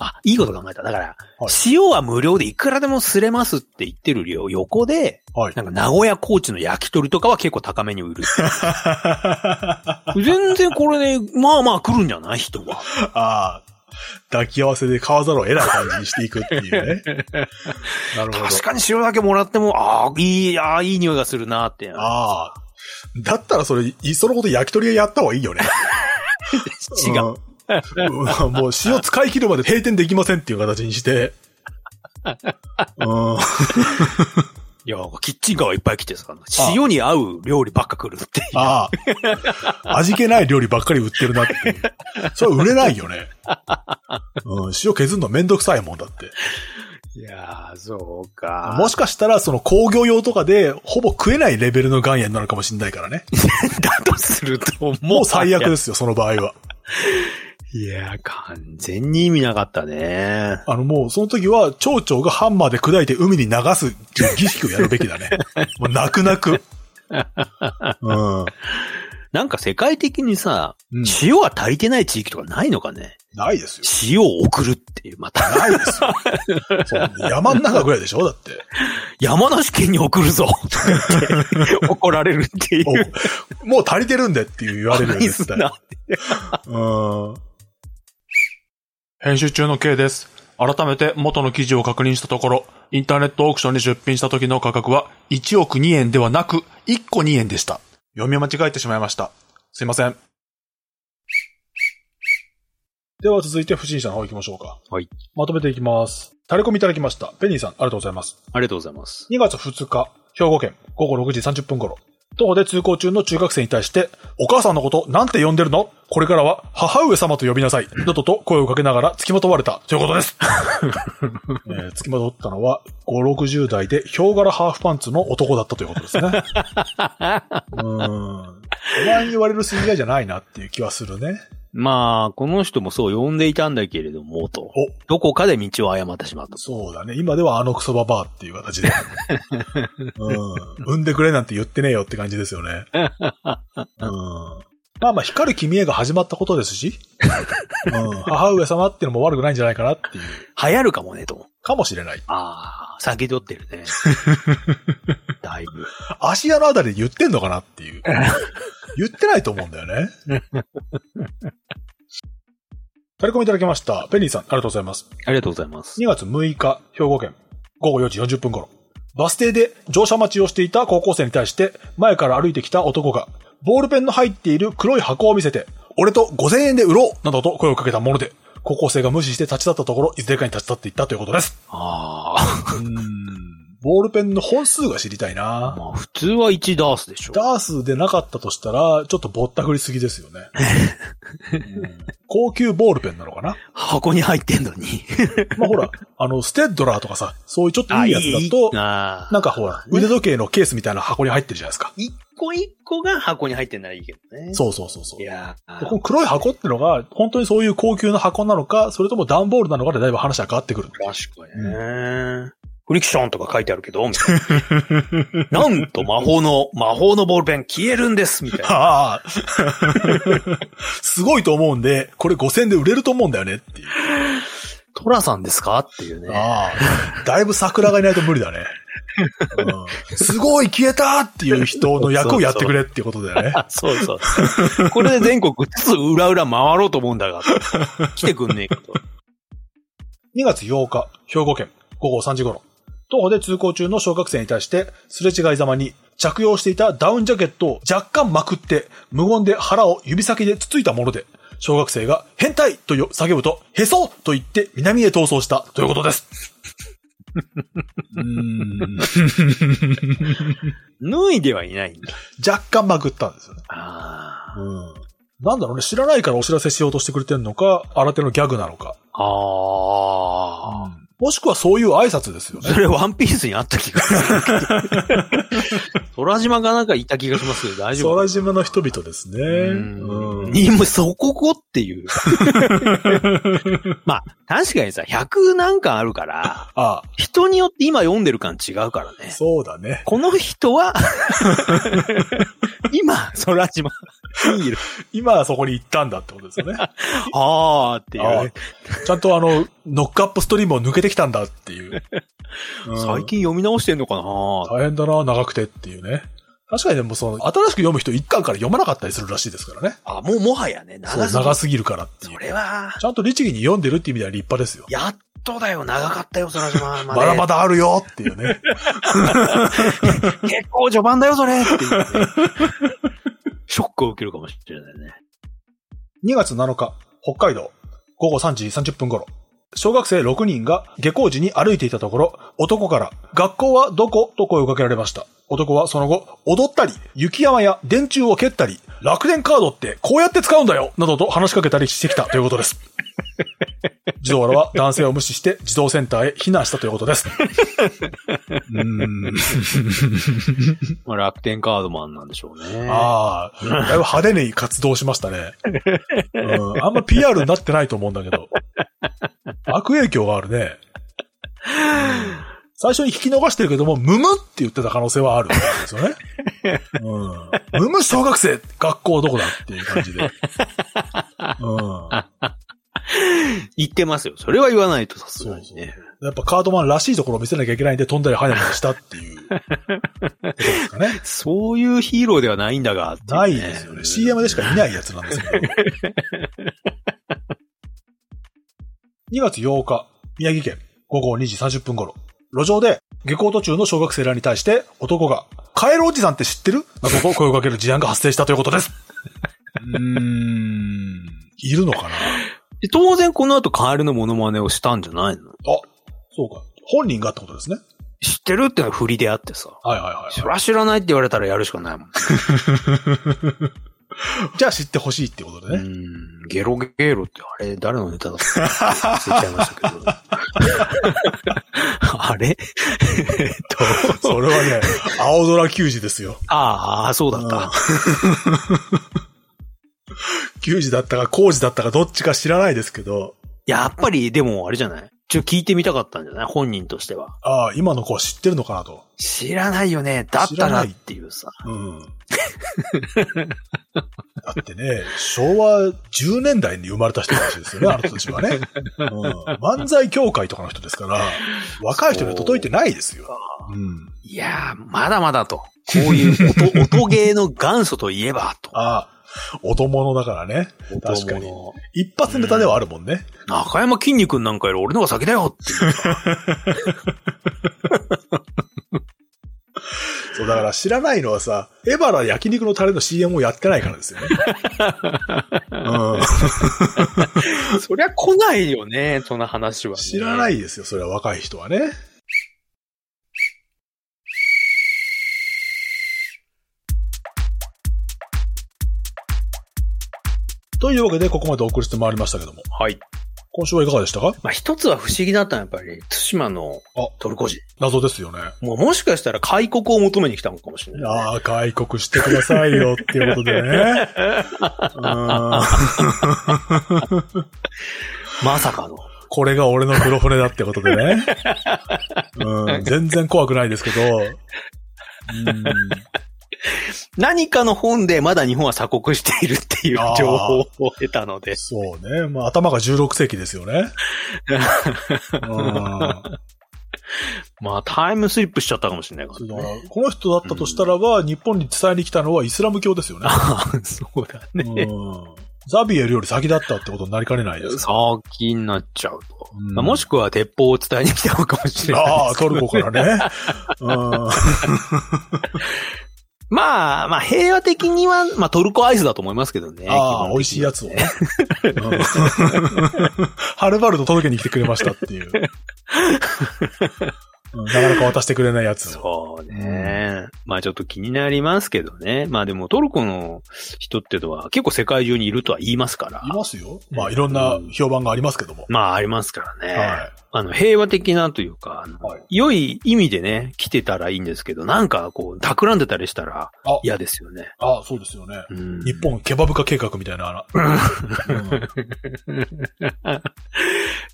Speaker 2: あ、いいこと考えた。だから、
Speaker 1: はい
Speaker 2: 塩は無料でいくらでもすれますって言ってる量、横で、
Speaker 1: はい。
Speaker 2: なんか名古屋高知の焼き鳥とかは結構高めに売 る。全然これね、まあまあ来るんじゃない人は。
Speaker 1: ああ、抱き合わせで買わざるを得ない感じにしていくっていう ね。なるほど。
Speaker 2: 確かに塩だけもらっても、ああ、いい、ああ、いい匂いがするなって。違
Speaker 1: ああ。だったらそれ、いっそのこと焼き鳥屋やった方がいいよね。
Speaker 2: う。
Speaker 1: うん。うんもう塩使い切るまで閉店できませんっていう形にして。うん。
Speaker 2: いや、キッチンカーがいっぱい来てさ、塩に合う料理ばっか来るっていう。
Speaker 1: ああ。味気ない料理ばっかり売ってるなっていう。それは売れないよね。うん。塩削るのめんどくさいもんだって。
Speaker 2: いやー、そうか。
Speaker 1: もしかしたら、その工業用とかで、ほぼ食えないレベルの岩塩なのかもしれないからね。
Speaker 2: だとすると、も
Speaker 1: もう最悪ですよ、その場合は。
Speaker 2: いやー、完全に意味なかったね。
Speaker 1: あのもうその時は町長がハンマーで砕いて海に流すっていう儀式をやるべきだね。もう泣く泣く。うん。
Speaker 2: なんか世界的にさ、
Speaker 1: うん
Speaker 2: 塩は足りてない地域とかないのかね
Speaker 1: ないですよ。
Speaker 2: 塩を送るっていう、また。
Speaker 1: ないですよ。そう山の中ぐらいでしょだって。
Speaker 2: 山梨県に送る ぞとか言って怒られるってい
Speaker 1: お
Speaker 2: う。
Speaker 1: もう足りてるんでっていう言われるよね、
Speaker 2: 何す
Speaker 1: 絶
Speaker 2: ん
Speaker 1: 対。
Speaker 2: な
Speaker 1: うん。
Speaker 3: 編集中の K です。改めて元の記事を確認したところ、インターネットオークションに出品した時の価格は1億2円ではなく1個2円でした。読み間違えてしまいました。すいません。
Speaker 1: では続いて不審者の方行きましょうか。
Speaker 2: はい。
Speaker 1: まとめていきます。垂れ込みいただきました。ペニーさん、ありがとうございます。
Speaker 2: ありがとうございます。
Speaker 1: 2月2日、兵庫県、午後6時30分頃、徒歩で通行中の中学生に対して、お母さんのことなんて呼んでるのこれからは母上様と呼びなさい。などと声をかけながら付きまとわれたということです。えー付きまとったのは、5、60代でヒョウ柄ハーフパンツの男だったということですね。うーん。お前に言われる筋合いじゃないなっていう気はするね。
Speaker 2: まあ、この人もそう呼んでいたんだけれども、と
Speaker 1: お。
Speaker 2: どこかで道を誤ってしまった。
Speaker 1: そうだね。今ではあのクソババアっていう形で。うん。産んでくれなんて言ってねえよって感じですよね。うん。まあまあ、光る君へが始まったことですし、うん、母上様っていうのも悪くないんじゃないかなっていう、
Speaker 2: 流行るかもね、と。
Speaker 1: かもしれない。
Speaker 2: ああ、先取ってる ね。だいぶ。
Speaker 1: 芦屋のあたりで言ってんのかなっていう。言ってないと思うんだよね。タレコミいただきました。ペニーさん、ありがとうございます。
Speaker 2: ありがとうございます。
Speaker 1: 2月6日、兵庫県、午後4時40分頃、バス停で乗車待ちをしていた高校生に対して、前から歩いてきた男が、ボールペンの入っている黒い箱を見せて、俺と5000円で売ろうなどと声をかけたもので、高校生が無視して立ち去ったところ、いずれかに立ち去っていったということです。
Speaker 2: ああ。
Speaker 1: うーん。ボールペンの本数が知りたいな
Speaker 2: まあ、普通は1ダースでしょ。
Speaker 1: ダースでなかったとしたら、ちょっとぼったくりすぎですよね。 うん高級ボールペンなのかな
Speaker 2: 箱に入ってんのに。
Speaker 1: まあほら、あの、ステッドラーとかさ、そういうちょっといいやつだと、
Speaker 2: ああ。
Speaker 1: なんかほら、腕時計のケースみたいな箱に入ってるじゃないですか。
Speaker 2: 一個一個が箱に入ってんならいいけどね。
Speaker 1: そうそうそうそう。
Speaker 2: いや
Speaker 1: でこの黒い箱ってのが、本当にそういう高級な箱なのか、それとも段ボールなのかでだいぶ話は変わってくる。
Speaker 2: 確かにね。フリクションとか書いてあるけど、みたい な。なんと魔法 の、魔法のボールペン消えるんです、みたいな。
Speaker 1: ああ すごいと思うんで、これ5000で売れると思うんだよねっていう。
Speaker 2: トラさんですかっていうね。
Speaker 1: ああ。だいぶ桜がいないと無理だね。 うんすごい消えたっていう人の役をやってくれっていうことだよね。
Speaker 2: あ、そうそう。これで全国、つ裏裏回ろうと思うんだ が、来てくんねえかと。
Speaker 1: 2月8日、兵庫県、午後3時頃、徒歩で通行中の小学生に対して、すれ違いざまに、着用していたダウンジャケットを若干まくって、無言で腹を指先でつついたもので、小学生が変態とよ叫ぶと、へそと言って南へ逃走したということです。うーん
Speaker 2: 脱いではいないんだ。
Speaker 1: 若干まくったんですよね。
Speaker 2: あ
Speaker 1: うんなんだろうね、知らないからお知らせしようとしてくれてんのか、新手のギャグなのか。
Speaker 2: あ。ああ。
Speaker 1: もしくはそういう挨拶ですよね。
Speaker 2: それワンピースにあった気がする。 空島がなんかいた気がしますけど、大丈夫か
Speaker 1: 空
Speaker 2: な。
Speaker 1: 島の人々ですね。
Speaker 2: うん。にもそここっていう。 まあ、確かにさ、100なんかあるから、
Speaker 1: あ
Speaker 2: 人によって今読んでる感違うからね。
Speaker 1: そうだね。
Speaker 2: この人 は、今、空島にいる。
Speaker 1: 今はそこに行ったんだってことですよね。
Speaker 2: あーってい
Speaker 1: あ
Speaker 2: う
Speaker 1: ー。ちゃんとあの、ノックアップストリームを抜けてきたんだっていう。うん
Speaker 2: 最近読み直してんのかな
Speaker 1: 大変だな、長くてっていうね。確かにでもその、新しく読む人一巻から読まなかったりするらしいですからね。
Speaker 2: あ、もうもはやね、
Speaker 1: そう
Speaker 2: 長すぎ
Speaker 1: 長
Speaker 2: る。
Speaker 1: すぎるからってい。
Speaker 2: そうれは、
Speaker 1: ちゃんと律儀に読んでるっていう意味では立派ですよ。
Speaker 2: やっとだよ、長かったよ、空島ま
Speaker 1: まだま
Speaker 2: だ。
Speaker 1: だあるよっていうね。
Speaker 2: 結構序盤だよ、それっていうね、 ショックを受けるかもしれないね。
Speaker 1: 2月7日、北海道、午後3時30分頃、小学生6人が下校時に歩いていたところ、男から、学校はどこと声をかけられました。男はその後、踊ったり、雪山や電柱を蹴ったり、楽天カードってこうやって使うんだよなどと話しかけたりしてきたということです。児童らは男性を無視して児童センターへ避難したということです。うーん。
Speaker 2: まあ、楽天カードマンなんでしょうね。
Speaker 1: あ あ、だいぶ派手に活動しましたね。うん、あんま PR になってないと思うんだけど。悪影響があるね。うん最初に引き逃してるけども、むむって言ってた可能性はあるんですよね。うん、むむ小学生、学校どこだっていう感じで。うん、や
Speaker 2: 言ってますよ。それは言わないとさすがにね。
Speaker 1: っぱカードマンらしいところを見せなきゃいけないんで、飛んだり跳ねたりしたって いう。ことですかね。
Speaker 2: そういうヒーローではないんだが、ってう
Speaker 1: ないですよね。CM でしか見ないやつなん ですけど。2月8日、宮城県、午後2時30分頃、路上で下校途中の小学生らに対して男が、カエルおじさんって知ってるなど と声をかける事案が発生したということです。うーん。いるのかな
Speaker 2: 当然この後カエルのモノマネをしたんじゃないの
Speaker 1: そうか。本人がってことですね。
Speaker 2: 知ってるってのは振りであってさ。
Speaker 1: はいはいはい。
Speaker 2: そら知らないって言われたらやるしかないもん。
Speaker 1: じゃあ知ってほしいってことで
Speaker 2: う
Speaker 1: ね。
Speaker 2: ん。ゲロゲロってあれ誰のネタだったか忘れちゃいましたけど。 あれえっと、
Speaker 1: それはね、青空球児ですよ。
Speaker 2: ああ、そうだっ
Speaker 1: うん
Speaker 2: た。
Speaker 1: 球児だったか工事だったかどっちか知らないですけど、
Speaker 2: やっぱりでもあれじゃないちょっと聞いてみたかったんじゃない本人としては。
Speaker 1: ああ、今の子は知ってるのかなと。
Speaker 2: 知らないよね。だっ
Speaker 1: 知
Speaker 2: た
Speaker 1: らな
Speaker 2: ら
Speaker 1: い
Speaker 2: っていうさ。
Speaker 1: うん。だってね、昭和10年代に生まれた人たちですよね、あの人たちはね。うん、漫才協会とかの人ですから、若い人には届いてないですよ。うん。
Speaker 2: いやー、まだまだと。こう いう音、音ゲーの元祖といえば、と。
Speaker 1: ああ、音物だからね。確かに。
Speaker 2: 音物
Speaker 1: 一発ネタではあるもんね。
Speaker 2: 中山筋肉なんかより俺の方が先だよっていう。
Speaker 1: そう、だから知らないのはさ、エバラ焼肉のタレの CM をやってないからですよね。うん。
Speaker 2: そりゃ来ないよね、その話は、。
Speaker 1: 知らないいですよ、それは若い人はね。というわけで、ここまでお送りしてまいりましたけども、
Speaker 2: はい。
Speaker 1: 今週はいかがでしたか
Speaker 2: まあ一つは不思議だったのはやっぱり、対馬の
Speaker 1: あ
Speaker 2: トルコ人。
Speaker 1: 謎ですよね。
Speaker 2: もうもしかしたら開国を求めに来たのかもしれない。
Speaker 1: ああ、開国してくださいよっていうことでね。うん
Speaker 2: まさかの。
Speaker 1: これが俺の黒船だってことでね。うん、全然怖くないですけど。うん、
Speaker 2: 何かの本でまだ日本は鎖国しているっていう
Speaker 1: あー
Speaker 2: 情報を得たので。
Speaker 1: そうね。まあ頭が16世紀ですよね。うん
Speaker 2: まあタイムスリップしちゃったかもしれないから
Speaker 1: だ
Speaker 2: ね
Speaker 1: からこの人だったとしたらば、日本に伝えに来たのはイスラム教ですよね。
Speaker 2: あーそうだね。
Speaker 1: うんザビエルより先だったってことになりかねないです。
Speaker 2: 先になっちゃうと。
Speaker 1: うん
Speaker 2: まあもしくは鉄砲を伝えに来たのかもしれない
Speaker 1: あ
Speaker 2: で
Speaker 1: あ、
Speaker 2: すけ
Speaker 1: ト
Speaker 2: ど。
Speaker 1: ルコからね。うん
Speaker 2: まあ、まあ平和的には、まあトルコアイスだと思いますけどね。
Speaker 1: ああ、
Speaker 2: 基本的には
Speaker 1: 美味しいやつをね。うんはるばると届けに来てくれましたっていう。うんなかなか渡してくれないやつを。
Speaker 2: そうね。まあちょっと気になりますけどね。まあでもトルコの人ってのは結構世界中にいるとは言いますから。
Speaker 1: いますよ。まあ、いろんな評判がありますけども。
Speaker 2: まあありますからね。
Speaker 1: は
Speaker 2: あの平和的なというか、あの
Speaker 1: はい
Speaker 2: 良い意味でね、来てたらいいんですけど、なんかこう、企んでたりしたら
Speaker 1: あ
Speaker 2: 嫌ですよね。
Speaker 1: ああ、そうですよね。
Speaker 2: うん、
Speaker 1: 日本ケバブ化計画みたいな。うん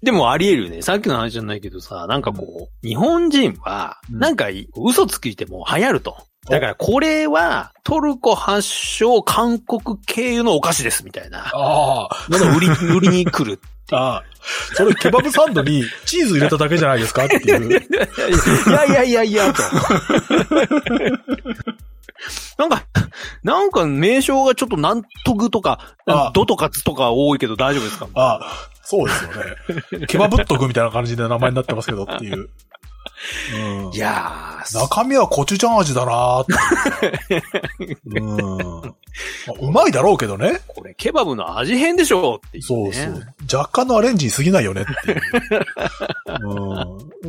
Speaker 2: でもあり得るよね。さっきの話じゃないけどさ、なんかこう、日本人は、
Speaker 1: うん
Speaker 2: なんか嘘つきても流行ると。だからこれはトルコ発祥韓国経由のお菓子ですみたいな
Speaker 1: ああ、
Speaker 2: の の売り、売りに来る。
Speaker 1: ああ、それケバブサンドにチーズ入れただけじゃないですかっていう。
Speaker 2: いやいやいやい や、と。なんか、なんか名称がちょっとなんとぐとか
Speaker 1: あ、
Speaker 2: どとかつとか多いけど大丈夫ですか
Speaker 1: ああ、そうですよね。ケバブっとくみたいな感じで名前になってますけどっていう。うん
Speaker 2: いやー、
Speaker 1: 中身はコチュジャン味だなー って。うん。まあうまいだろうけどね。
Speaker 2: これケバブの味変でしょうっていう
Speaker 1: そう
Speaker 2: ね
Speaker 1: そう。若干のアレンジに過ぎないよねっていう。う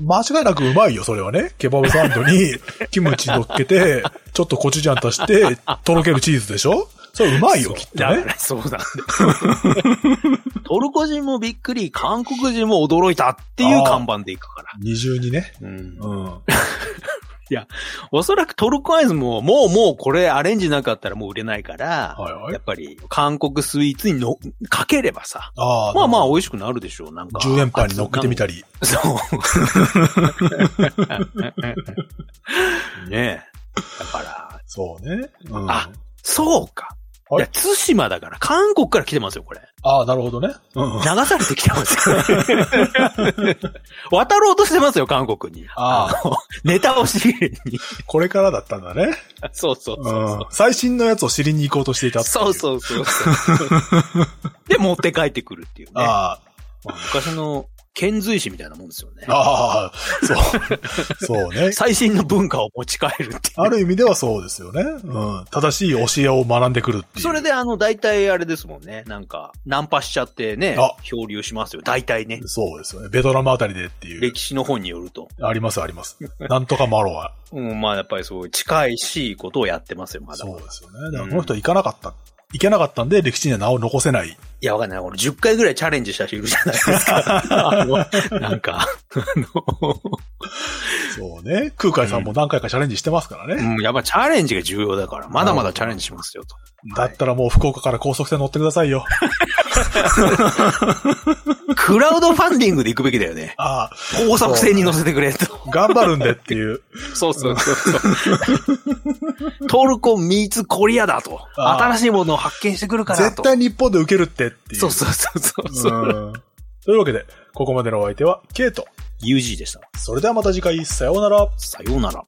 Speaker 1: ん。間違いなくうまいよ、それはね。ケバブサンドにキムチ乗っけて、ちょっとコチュジャン足して、とろけるチーズでしょそれうまいよ、きっと
Speaker 2: だか
Speaker 1: ね。
Speaker 2: らそう なんだ。トルコ人もびっくり、韓国人も驚いたっていう看板でいくから。
Speaker 1: 二重にね。
Speaker 2: うん
Speaker 1: うん。
Speaker 2: おそらくトルコアイスも、もうもうこれアレンジなかったらもう売れないから、
Speaker 1: はいはい
Speaker 2: やっぱり韓国スイーツにのかければさ、
Speaker 1: ああ。
Speaker 2: まあまあ
Speaker 1: で
Speaker 2: 美
Speaker 1: も
Speaker 2: 味しくなるでしょう、なんか。
Speaker 1: 10円パンに乗っけてみた
Speaker 2: り。
Speaker 1: り。
Speaker 2: そう。ねえ。だから、
Speaker 1: そうね。うん、
Speaker 2: あそうか。
Speaker 1: はい
Speaker 2: いや、対馬だから、韓国から来てますよ、これ。
Speaker 1: ああ、なるほどね。うん。
Speaker 2: 流されてきてますよ。 渡ろうとしてますよ、韓国に。
Speaker 1: ああ
Speaker 2: のネタを仕入れに。
Speaker 1: これからだったんだね。
Speaker 2: そうそう
Speaker 1: う
Speaker 2: そうそ
Speaker 1: ん
Speaker 2: う。。
Speaker 1: 最新のやつを知りに行こうとしていたってい
Speaker 2: そう
Speaker 1: う。
Speaker 2: そうそう そう。で、持って帰ってくるっていうね。
Speaker 1: あ
Speaker 2: まあ昔の遣隋使みたいなもんですよね
Speaker 1: あ、。ああ、そう。そうね。
Speaker 2: 最新の文化を持ち帰るっていう。
Speaker 1: ある意味ではそうですよね。うん。正しい教えを学んでくるっていう。
Speaker 2: それであの、大体あれですもんね。なんか、ナンパしちゃってね
Speaker 1: あ、
Speaker 2: 漂流しますよ。大体ね。
Speaker 1: そうですよね。ベトナムあたりでっていう。
Speaker 2: 歴史の本によると。
Speaker 1: ありますあります。 なんとかマロは。
Speaker 2: うん、まあやっぱりそう、近いし、ことをやってますよ、まだ。
Speaker 1: そうですよね。だからこの人行かなかった。行けなかったんで歴史には名を残せない。
Speaker 2: いや、わかんない。俺10回ぐらいチャレンジした人いるじゃない ですか。あのなんか、あの、
Speaker 1: そうね。空海さんも何回かチャレンジしてますから
Speaker 2: う
Speaker 1: ね。
Speaker 2: んやっぱチャレンジが重要だから、まだまだチャレンジしますよと。
Speaker 1: だったらもう福岡から高速船乗ってくださいよ。
Speaker 2: クラウドファンディングで行くべきだよね。
Speaker 1: あ
Speaker 2: 高速船に乗せてくれと。
Speaker 1: あ、頑張るんでって いう。
Speaker 2: そうそうそうそう。トルコミーツコリアだと。
Speaker 1: あー
Speaker 2: 新しいものを発見してくるから
Speaker 1: 絶
Speaker 2: と。
Speaker 1: 対日本で受けるってっていう。
Speaker 2: そうそうそうそうそう。
Speaker 1: うんというわけで、ここまでのお相手は、ケイト。
Speaker 2: UG でした。
Speaker 1: それではまた次回、さようなら。
Speaker 2: さようなら。